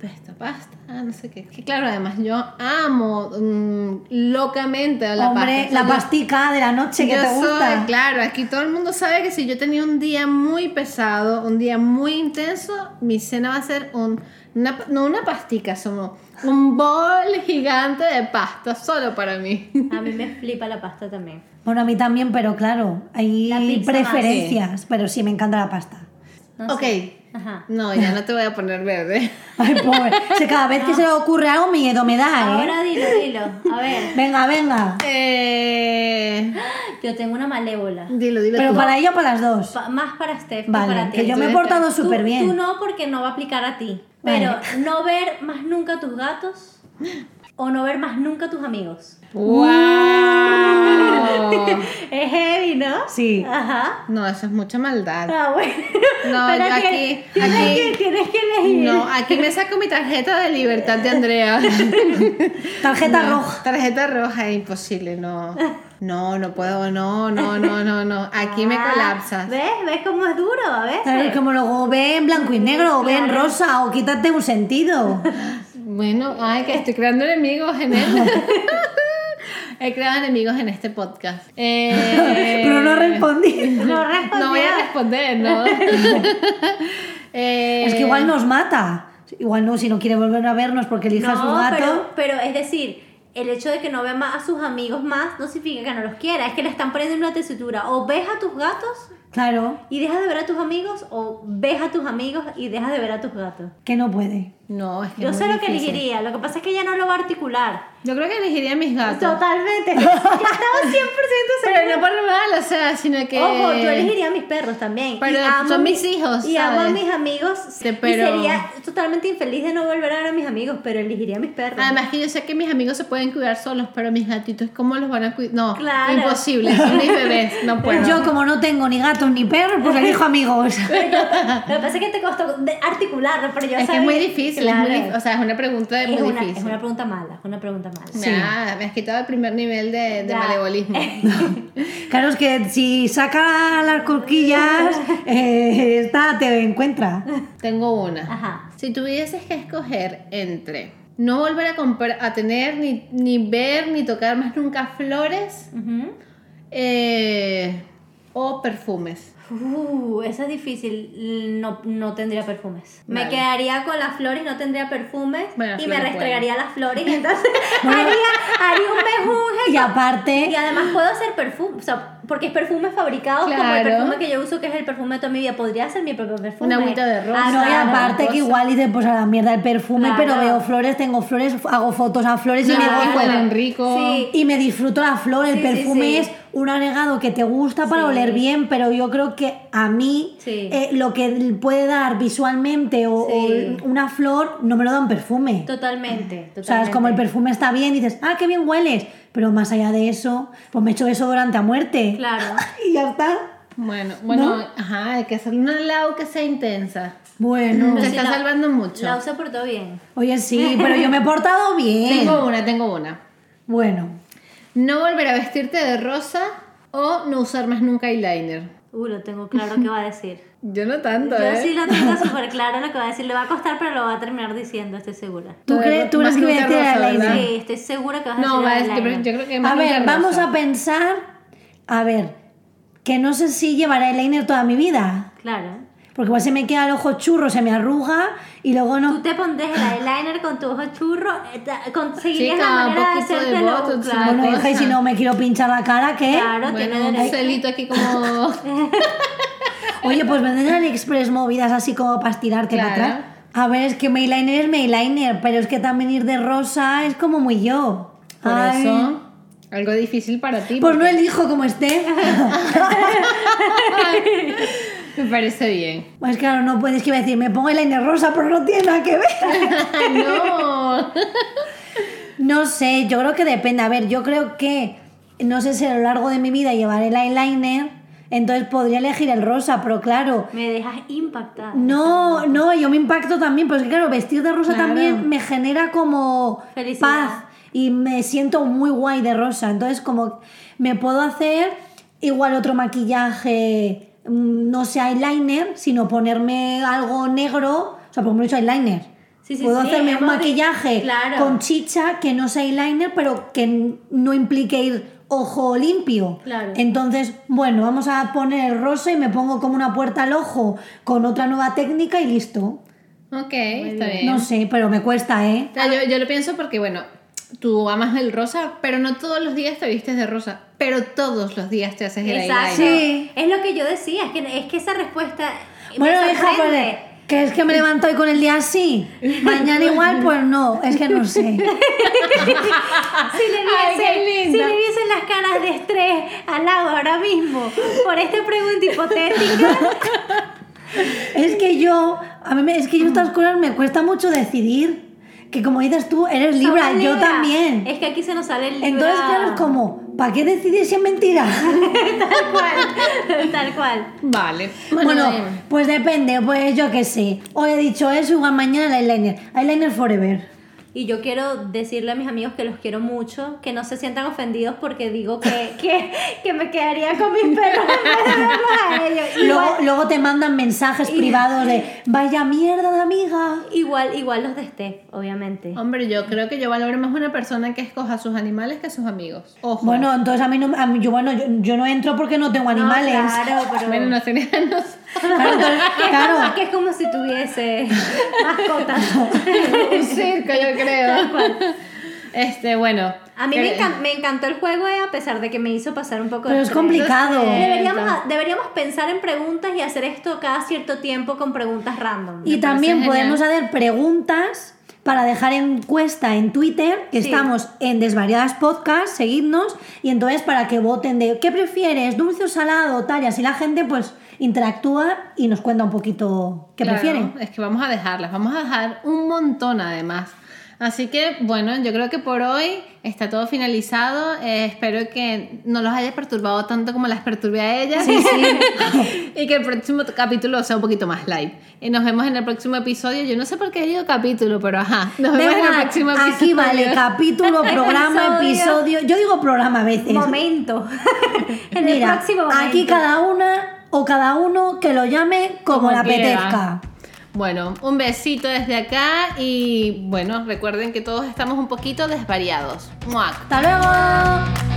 [SPEAKER 1] pasta, pasta, no sé qué. Que claro, además yo amo mm, locamente a la
[SPEAKER 3] hombre,
[SPEAKER 1] pasta. O sea,
[SPEAKER 3] la
[SPEAKER 1] yo-
[SPEAKER 3] pastica de la noche que
[SPEAKER 1] yo
[SPEAKER 3] te
[SPEAKER 1] soy-
[SPEAKER 3] gusta.
[SPEAKER 1] claro, aquí todo el mundo sabe que si yo tenía un día muy pesado, un día muy intenso, mi cena va a ser un, una, no una pastica, somos un bol gigante de pasta solo para mí.
[SPEAKER 2] A mí me flipa la pasta también.
[SPEAKER 3] Bueno, a mí también, pero claro, hay
[SPEAKER 2] pizza más,
[SPEAKER 3] preferencias, pero sí me encanta la pasta.
[SPEAKER 2] No
[SPEAKER 1] ok,
[SPEAKER 2] sé. Ajá.
[SPEAKER 1] no, ya no te voy a poner
[SPEAKER 3] <laughs>
[SPEAKER 1] verde.
[SPEAKER 3] Ay,
[SPEAKER 2] <laughs>
[SPEAKER 3] pobre. O sea, cada vez que se le ocurre algo miedo me da, ¿eh?
[SPEAKER 2] Ahora dilo, dilo. A ver,
[SPEAKER 3] Venga, venga.
[SPEAKER 1] Eh,
[SPEAKER 2] yo tengo una malévola.
[SPEAKER 1] dilo, dilo.
[SPEAKER 3] Pero
[SPEAKER 1] tú.
[SPEAKER 3] para ella o para las dos.
[SPEAKER 2] Pa- más para Steph que
[SPEAKER 3] Vale,
[SPEAKER 2] para ti.
[SPEAKER 3] que yo me he
[SPEAKER 1] Entonces,
[SPEAKER 3] portado
[SPEAKER 2] Tú-
[SPEAKER 3] súper
[SPEAKER 2] Tú
[SPEAKER 3] bien.
[SPEAKER 2] no, porque no va a aplicar a ti.
[SPEAKER 3] Vale.
[SPEAKER 2] Pero no ver más nunca a tus gatos o no ver más nunca a tus amigos.
[SPEAKER 1] ¡Wow!
[SPEAKER 2] Es heavy, ¿no?
[SPEAKER 3] Sí.
[SPEAKER 2] Ajá.
[SPEAKER 1] No, eso es mucha maldad.
[SPEAKER 2] Ah, bueno.
[SPEAKER 1] No,
[SPEAKER 2] Pero
[SPEAKER 1] yo
[SPEAKER 2] que-
[SPEAKER 1] aquí-
[SPEAKER 2] Tienes,
[SPEAKER 1] aquí-
[SPEAKER 2] que, tienes que elegir.
[SPEAKER 1] No, aquí me saco mi tarjeta de libertad de Andrea.
[SPEAKER 3] <laughs> Tarjeta roja.
[SPEAKER 1] Tarjeta roja es imposible, no. No, no puedo, no, no, no, no, no. Aquí me
[SPEAKER 2] Ah,
[SPEAKER 1] colapsas.
[SPEAKER 2] ¿Ves? ¿Ves cómo es duro a veces?
[SPEAKER 3] Claro, como luego ve en blanco y negro, o ve en rosa, o quítate
[SPEAKER 2] <laughs>
[SPEAKER 3] un sentido.
[SPEAKER 1] Bueno, ay, que estoy creando enemigos en él.
[SPEAKER 2] <laughs>
[SPEAKER 1] <laughs> He creado enemigos en este podcast. Eh,
[SPEAKER 3] Pero no respondí.
[SPEAKER 2] No
[SPEAKER 1] No voy a
[SPEAKER 2] respondió.
[SPEAKER 1] responder,
[SPEAKER 2] <laughs>
[SPEAKER 1] ¿no? <laughs> Eh,
[SPEAKER 3] Es que igual nos mata. Igual no, si no quiere volver a vernos porque elija a su
[SPEAKER 2] No,
[SPEAKER 3] gato.
[SPEAKER 2] pero, pero es decir, el hecho de que no vea más a sus amigos más no significa que no los quiera, es que le están poniendo en una tesitura. O ves a tus gatos
[SPEAKER 3] Claro,
[SPEAKER 2] y dejas de ver a tus amigos, o ves a tus amigos y dejas de ver a tus gatos.
[SPEAKER 3] que no puede.
[SPEAKER 1] No, es que
[SPEAKER 2] Yo
[SPEAKER 1] es
[SPEAKER 2] sé
[SPEAKER 1] muy
[SPEAKER 2] lo que
[SPEAKER 1] difícil.
[SPEAKER 2] elegiría, lo que pasa es que ella no lo va a articular.
[SPEAKER 1] Yo creo que elegiría a mis gatos. <laughs>
[SPEAKER 2] Totalmente. Yo estaba 100%
[SPEAKER 1] Pero no
[SPEAKER 2] segura.
[SPEAKER 1] por mal, o sea, sino que.
[SPEAKER 2] Ojo, yo elegiría a mis perros también.
[SPEAKER 1] Pero
[SPEAKER 2] y amo
[SPEAKER 1] son
[SPEAKER 2] a
[SPEAKER 1] mis hijos,
[SPEAKER 2] Y amo a
[SPEAKER 1] ¿sabes?
[SPEAKER 2] mis amigos.
[SPEAKER 1] Sí,
[SPEAKER 2] Y
[SPEAKER 1] pero-
[SPEAKER 2] sería totalmente infeliz de no volver a ver a mis amigos, pero elegiría a mis perros.
[SPEAKER 1] Además que yo sé que mis amigos se pueden cuidar solos, pero mis gatitos, ¿cómo los van a cuidar? No,
[SPEAKER 2] Claro. <laughs>
[SPEAKER 1] imposible, son mis bebés, no puedo.
[SPEAKER 3] Pues Yo, como no tengo ni gatos ni perros, pues elijo
[SPEAKER 2] <laughs>
[SPEAKER 3] amigos.
[SPEAKER 2] Lo que pasa es que te costó de- articularlo, pero yo
[SPEAKER 1] es que
[SPEAKER 2] sabía-
[SPEAKER 1] es muy difícil, es
[SPEAKER 2] Claro.
[SPEAKER 1] muy dif- o sea, es una pregunta de-
[SPEAKER 2] Es
[SPEAKER 1] muy
[SPEAKER 2] una,
[SPEAKER 1] difícil.
[SPEAKER 2] es una pregunta mala, es una pregunta mala.
[SPEAKER 1] Me ha- me has quitado el primer nivel de, de
[SPEAKER 2] Ya. Eh.
[SPEAKER 1] malevolismo.
[SPEAKER 3] Claro, es que si saca las cosquillas, eh, esta te encuentra.
[SPEAKER 1] Tengo una.
[SPEAKER 2] Ajá.
[SPEAKER 1] Si tuvieses que escoger entre no volver a, comprar, a tener, ni, ni ver, ni tocar más nunca flores
[SPEAKER 2] Ujú.
[SPEAKER 1] eh, o perfumes.
[SPEAKER 2] Uh, eso es difícil. No, no tendría perfumes. Me
[SPEAKER 1] Vale.
[SPEAKER 2] quedaría con las flores, no tendría perfumes.
[SPEAKER 1] Bueno, las
[SPEAKER 2] y me
[SPEAKER 1] flores
[SPEAKER 2] restregaría las flores.
[SPEAKER 1] <laughs>
[SPEAKER 2] Y entonces <laughs> haría, haría un mejunje.
[SPEAKER 3] Y
[SPEAKER 2] Y
[SPEAKER 3] aparte,
[SPEAKER 2] además puedo hacer perfume. O sea, porque es perfume fabricado como el
[SPEAKER 1] Claro.
[SPEAKER 2] perfume que yo uso, que es el perfume de toda mi vida. Podría hacer mi propio perfume.
[SPEAKER 1] Una agüita de rosa.
[SPEAKER 3] ah, no, y
[SPEAKER 1] claro,
[SPEAKER 3] aparte que
[SPEAKER 1] cosa.
[SPEAKER 3] igual dices, pues a la mierda el
[SPEAKER 2] Claro.
[SPEAKER 3] perfume, pero veo flores, tengo flores, hago fotos a flores y me
[SPEAKER 1] Claro.
[SPEAKER 3] gozo.
[SPEAKER 1] huelen rico.
[SPEAKER 2] Sí.
[SPEAKER 3] Y me disfruto la flor, el
[SPEAKER 2] Sí, sí,
[SPEAKER 3] perfume
[SPEAKER 2] sí.
[SPEAKER 3] es un agregado que te gusta para
[SPEAKER 2] Sí.
[SPEAKER 3] oler bien, pero yo creo que a mí
[SPEAKER 2] Sí.
[SPEAKER 3] eh, lo que puede dar visualmente o,
[SPEAKER 2] Sí.
[SPEAKER 3] o una flor no me lo da un perfume.
[SPEAKER 2] Totalmente, totalmente.
[SPEAKER 3] O sea, es como el perfume está bien y dices, ah, qué bien hueles, pero más allá de eso, pues me echo eso durante a muerte.
[SPEAKER 2] Claro.
[SPEAKER 3] Y ya está.
[SPEAKER 1] Bueno, bueno, ajá, hay que hacer una lau que sea intensa. <laughs>
[SPEAKER 3] Bueno.
[SPEAKER 1] Te
[SPEAKER 2] sí,
[SPEAKER 1] está
[SPEAKER 2] la-
[SPEAKER 1] salvando mucho.
[SPEAKER 2] La uso por todo bien.
[SPEAKER 3] Oye, sí, pero yo me he portado bien.
[SPEAKER 1] Tengo una, tengo una.
[SPEAKER 3] Bueno,
[SPEAKER 1] No volver a vestirte de rosa o no usar más nunca eyeliner.
[SPEAKER 2] Uy, Uh, lo tengo claro qué va a decir.
[SPEAKER 1] Yo no <laughs> tanto,
[SPEAKER 2] Yo
[SPEAKER 1] ¿eh?
[SPEAKER 2] sí
[SPEAKER 1] <laughs>
[SPEAKER 2] lo tengo súper claro lo que va a decir. Le va a costar, pero lo va a terminar diciendo, estoy segura.
[SPEAKER 3] ¿Tú,
[SPEAKER 1] Lo de
[SPEAKER 3] crees, tú
[SPEAKER 1] Más
[SPEAKER 3] crees que voy a
[SPEAKER 1] Nunca
[SPEAKER 3] decir a
[SPEAKER 1] Rosa,
[SPEAKER 3] Lady?
[SPEAKER 1] ¿verdad?
[SPEAKER 2] Sí, estoy segura que vas
[SPEAKER 1] No, va
[SPEAKER 2] a
[SPEAKER 1] a
[SPEAKER 2] decir
[SPEAKER 1] decir,
[SPEAKER 2] eyeliner.
[SPEAKER 1] pero yo creo que más
[SPEAKER 3] A ver,
[SPEAKER 1] nunca
[SPEAKER 3] vamos
[SPEAKER 1] rosa.
[SPEAKER 3] a pensar. A ver, que no sé si llevaré eyeliner toda mi vida.
[SPEAKER 2] Claro.
[SPEAKER 3] Porque igual se me queda el ojo churro, se me arruga y luego
[SPEAKER 2] Tú
[SPEAKER 3] no.
[SPEAKER 2] te pondrías el eyeliner con tu ojo churro, eh, ta- conseguirías
[SPEAKER 1] Chica,
[SPEAKER 2] la manera
[SPEAKER 1] un
[SPEAKER 2] de
[SPEAKER 1] poquito de
[SPEAKER 2] hacértelo.
[SPEAKER 1] botox,
[SPEAKER 2] claro,
[SPEAKER 3] Bueno, hija, y si
[SPEAKER 1] cosa.
[SPEAKER 3] no me quiero pinchar la cara, ¿qué?
[SPEAKER 2] claro,
[SPEAKER 1] Bueno,
[SPEAKER 2] tiene
[SPEAKER 1] un
[SPEAKER 2] derecho.
[SPEAKER 1] celito aquí como... <laughs>
[SPEAKER 3] Oye, pues venden en AliExpress movidas así como para estirarte para
[SPEAKER 1] Claro.
[SPEAKER 3] atrás. A ver, es que mailiner es mailiner, pero es que también ir de rosa es como muy yo.
[SPEAKER 1] Por
[SPEAKER 3] Ay.
[SPEAKER 1] eso, algo difícil para ti.
[SPEAKER 3] Pues no elijo como esté.
[SPEAKER 1] Me parece
[SPEAKER 3] <laughs>
[SPEAKER 1] bien.
[SPEAKER 3] pues claro, no puedes que iba a decir, me pongo eyeliner rosa, pero no tiene nada que ver.
[SPEAKER 1] Ay, no.
[SPEAKER 3] No sé, yo creo que depende. A ver, yo creo que, no sé si a lo largo de mi vida llevaré el eyeliner, entonces podría elegir el rosa, pero claro,
[SPEAKER 2] Me dejas impactada.
[SPEAKER 3] No, no, yo me impacto también, porque claro, vestir de rosa
[SPEAKER 1] Claro.
[SPEAKER 3] también me genera como
[SPEAKER 2] Felicidad.
[SPEAKER 3] paz y me siento muy guay de rosa. Entonces, como me puedo hacer igual otro maquillaje, mm, no sea eyeliner, sino ponerme algo negro, o sea, por ejemplo, he hecho eyeliner.
[SPEAKER 2] Sí, sí,
[SPEAKER 3] puedo
[SPEAKER 2] sí,
[SPEAKER 3] hacerme un
[SPEAKER 2] hemos di-
[SPEAKER 3] maquillaje
[SPEAKER 2] Claro.
[SPEAKER 3] con chicha que no sea eyeliner, pero que n- no implique ir ojo limpio.
[SPEAKER 2] Claro.
[SPEAKER 3] Entonces, bueno, vamos a poner el rosa y me pongo como una puerta al ojo con otra nueva técnica y listo.
[SPEAKER 1] <laughs> Ok, está bien.
[SPEAKER 3] No sé, pero me cuesta, ¿eh?
[SPEAKER 1] O sea, yo, yo lo pienso porque, bueno, tú amas el rosa, pero no todos los días te vistes de rosa, pero todos los días te haces el
[SPEAKER 2] Exacto.
[SPEAKER 1] eyeliner.
[SPEAKER 3] Sí.
[SPEAKER 2] Es lo que yo decía, es que, es que esa respuesta. me
[SPEAKER 3] Bueno, hija, pues,
[SPEAKER 2] sorprende.
[SPEAKER 3] que es que me levanto hoy con el día así. Mañana
[SPEAKER 2] <laughs>
[SPEAKER 3] igual, pues no, es que no sé.
[SPEAKER 2] Si
[SPEAKER 3] <laughs>
[SPEAKER 2] le
[SPEAKER 1] Ay,
[SPEAKER 2] viesen,
[SPEAKER 1] qué linda.
[SPEAKER 2] si le viesen las caras de estrés a Laura ahora mismo por esta pregunta hipotética,
[SPEAKER 3] Es que yo, a mí me- es que yo estas cosas me cuesta mucho decidir. Que como dices tú, eres <laughs> libra,
[SPEAKER 2] somos
[SPEAKER 3] yo
[SPEAKER 2] Libra.
[SPEAKER 3] también.
[SPEAKER 2] Es que aquí se nos sale el libra.
[SPEAKER 3] Entonces, claro, es como, ¿para qué decidir si es <laughs> mentira?
[SPEAKER 2] Tal cual. <laughs> Tal cual.
[SPEAKER 1] Vale.
[SPEAKER 3] Bueno,
[SPEAKER 1] bien.
[SPEAKER 3] pues depende, pues yo qué sé. Hoy he dicho eso, igual mañana el eyeliner. Eyeliner forever.
[SPEAKER 2] Y yo quiero decirle a mis amigos que los quiero mucho, que no se sientan ofendidos porque digo que, <laughs> que, que me quedaría con mis perros en vez de verlos a ellos.
[SPEAKER 3] <laughs> Luego, luego te mandan mensajes <laughs> privados de, vaya mierda de amiga.
[SPEAKER 2] Igual, igual los de Steph, obviamente.
[SPEAKER 3] Ah,
[SPEAKER 1] Hombre, yo creo que yo valoro más una persona que escoja a sus animales que a sus amigos. Ojo.
[SPEAKER 3] Bueno, entonces a mí no, a mí- yo, bueno, yo, yo no entro porque no tengo animales.
[SPEAKER 2] No, claro, pero...
[SPEAKER 1] eh, Bueno, no sería- no sé.
[SPEAKER 3] <laughs>
[SPEAKER 1] <laughs>
[SPEAKER 3] Claro, <laughs> entonces,
[SPEAKER 2] Claro.
[SPEAKER 3] claro.
[SPEAKER 2] Que es como si
[SPEAKER 3] <laughs>
[SPEAKER 2] tuviese mascotas.
[SPEAKER 1] un circo, yo creo. Este, bueno.
[SPEAKER 2] A mí
[SPEAKER 1] cre-
[SPEAKER 2] me, encan- me encantó el juego, eh, a pesar de que me hizo pasar un poco de
[SPEAKER 3] Pero es
[SPEAKER 2] estrés.
[SPEAKER 3] complicado.
[SPEAKER 1] Entonces,
[SPEAKER 2] Deberíamos, deberíamos pensar en preguntas y hacer esto cada cierto tiempo con preguntas random.
[SPEAKER 3] Y
[SPEAKER 1] parece
[SPEAKER 3] también
[SPEAKER 1] genial.
[SPEAKER 3] podemos hacer preguntas para dejar encuesta en Twitter, que
[SPEAKER 2] Sí.
[SPEAKER 3] estamos en Desvariadas Podcast, seguidnos, y entonces para que voten de qué prefieres, dulce o salado, tal, y así la gente pues interactúa y nos cuenta un poquito qué
[SPEAKER 1] Claro, <laughs>
[SPEAKER 3] prefieren.
[SPEAKER 1] Es que vamos a dejarlas, vamos a dejar un montón además. Así que bueno, yo creo que por hoy está todo finalizado. Eh, espero que no los hayas perturbado tanto como las perturbé a ellas. <laughs> y que el próximo capítulo sea un poquito más live. Y nos vemos en el próximo episodio. Yo no sé por qué digo capítulo, pero ajá. Nos
[SPEAKER 3] Da
[SPEAKER 1] vemos en el
[SPEAKER 3] igual,
[SPEAKER 1] próximo episodio.
[SPEAKER 3] aquí vale capítulo, programa,
[SPEAKER 2] Episodio.
[SPEAKER 3] episodio. Yo digo programa a veces.
[SPEAKER 2] Momento.
[SPEAKER 3] <laughs>
[SPEAKER 2] en el
[SPEAKER 3] Mira,
[SPEAKER 2] próximo momento.
[SPEAKER 3] aquí cada una o cada uno que lo llame como,
[SPEAKER 1] Como
[SPEAKER 3] le
[SPEAKER 1] quiera.
[SPEAKER 3] apetezca.
[SPEAKER 1] Bueno, un besito desde acá y bueno, recuerden que todos estamos un poquito desvariados. ¡Muac!
[SPEAKER 3] Hasta luego.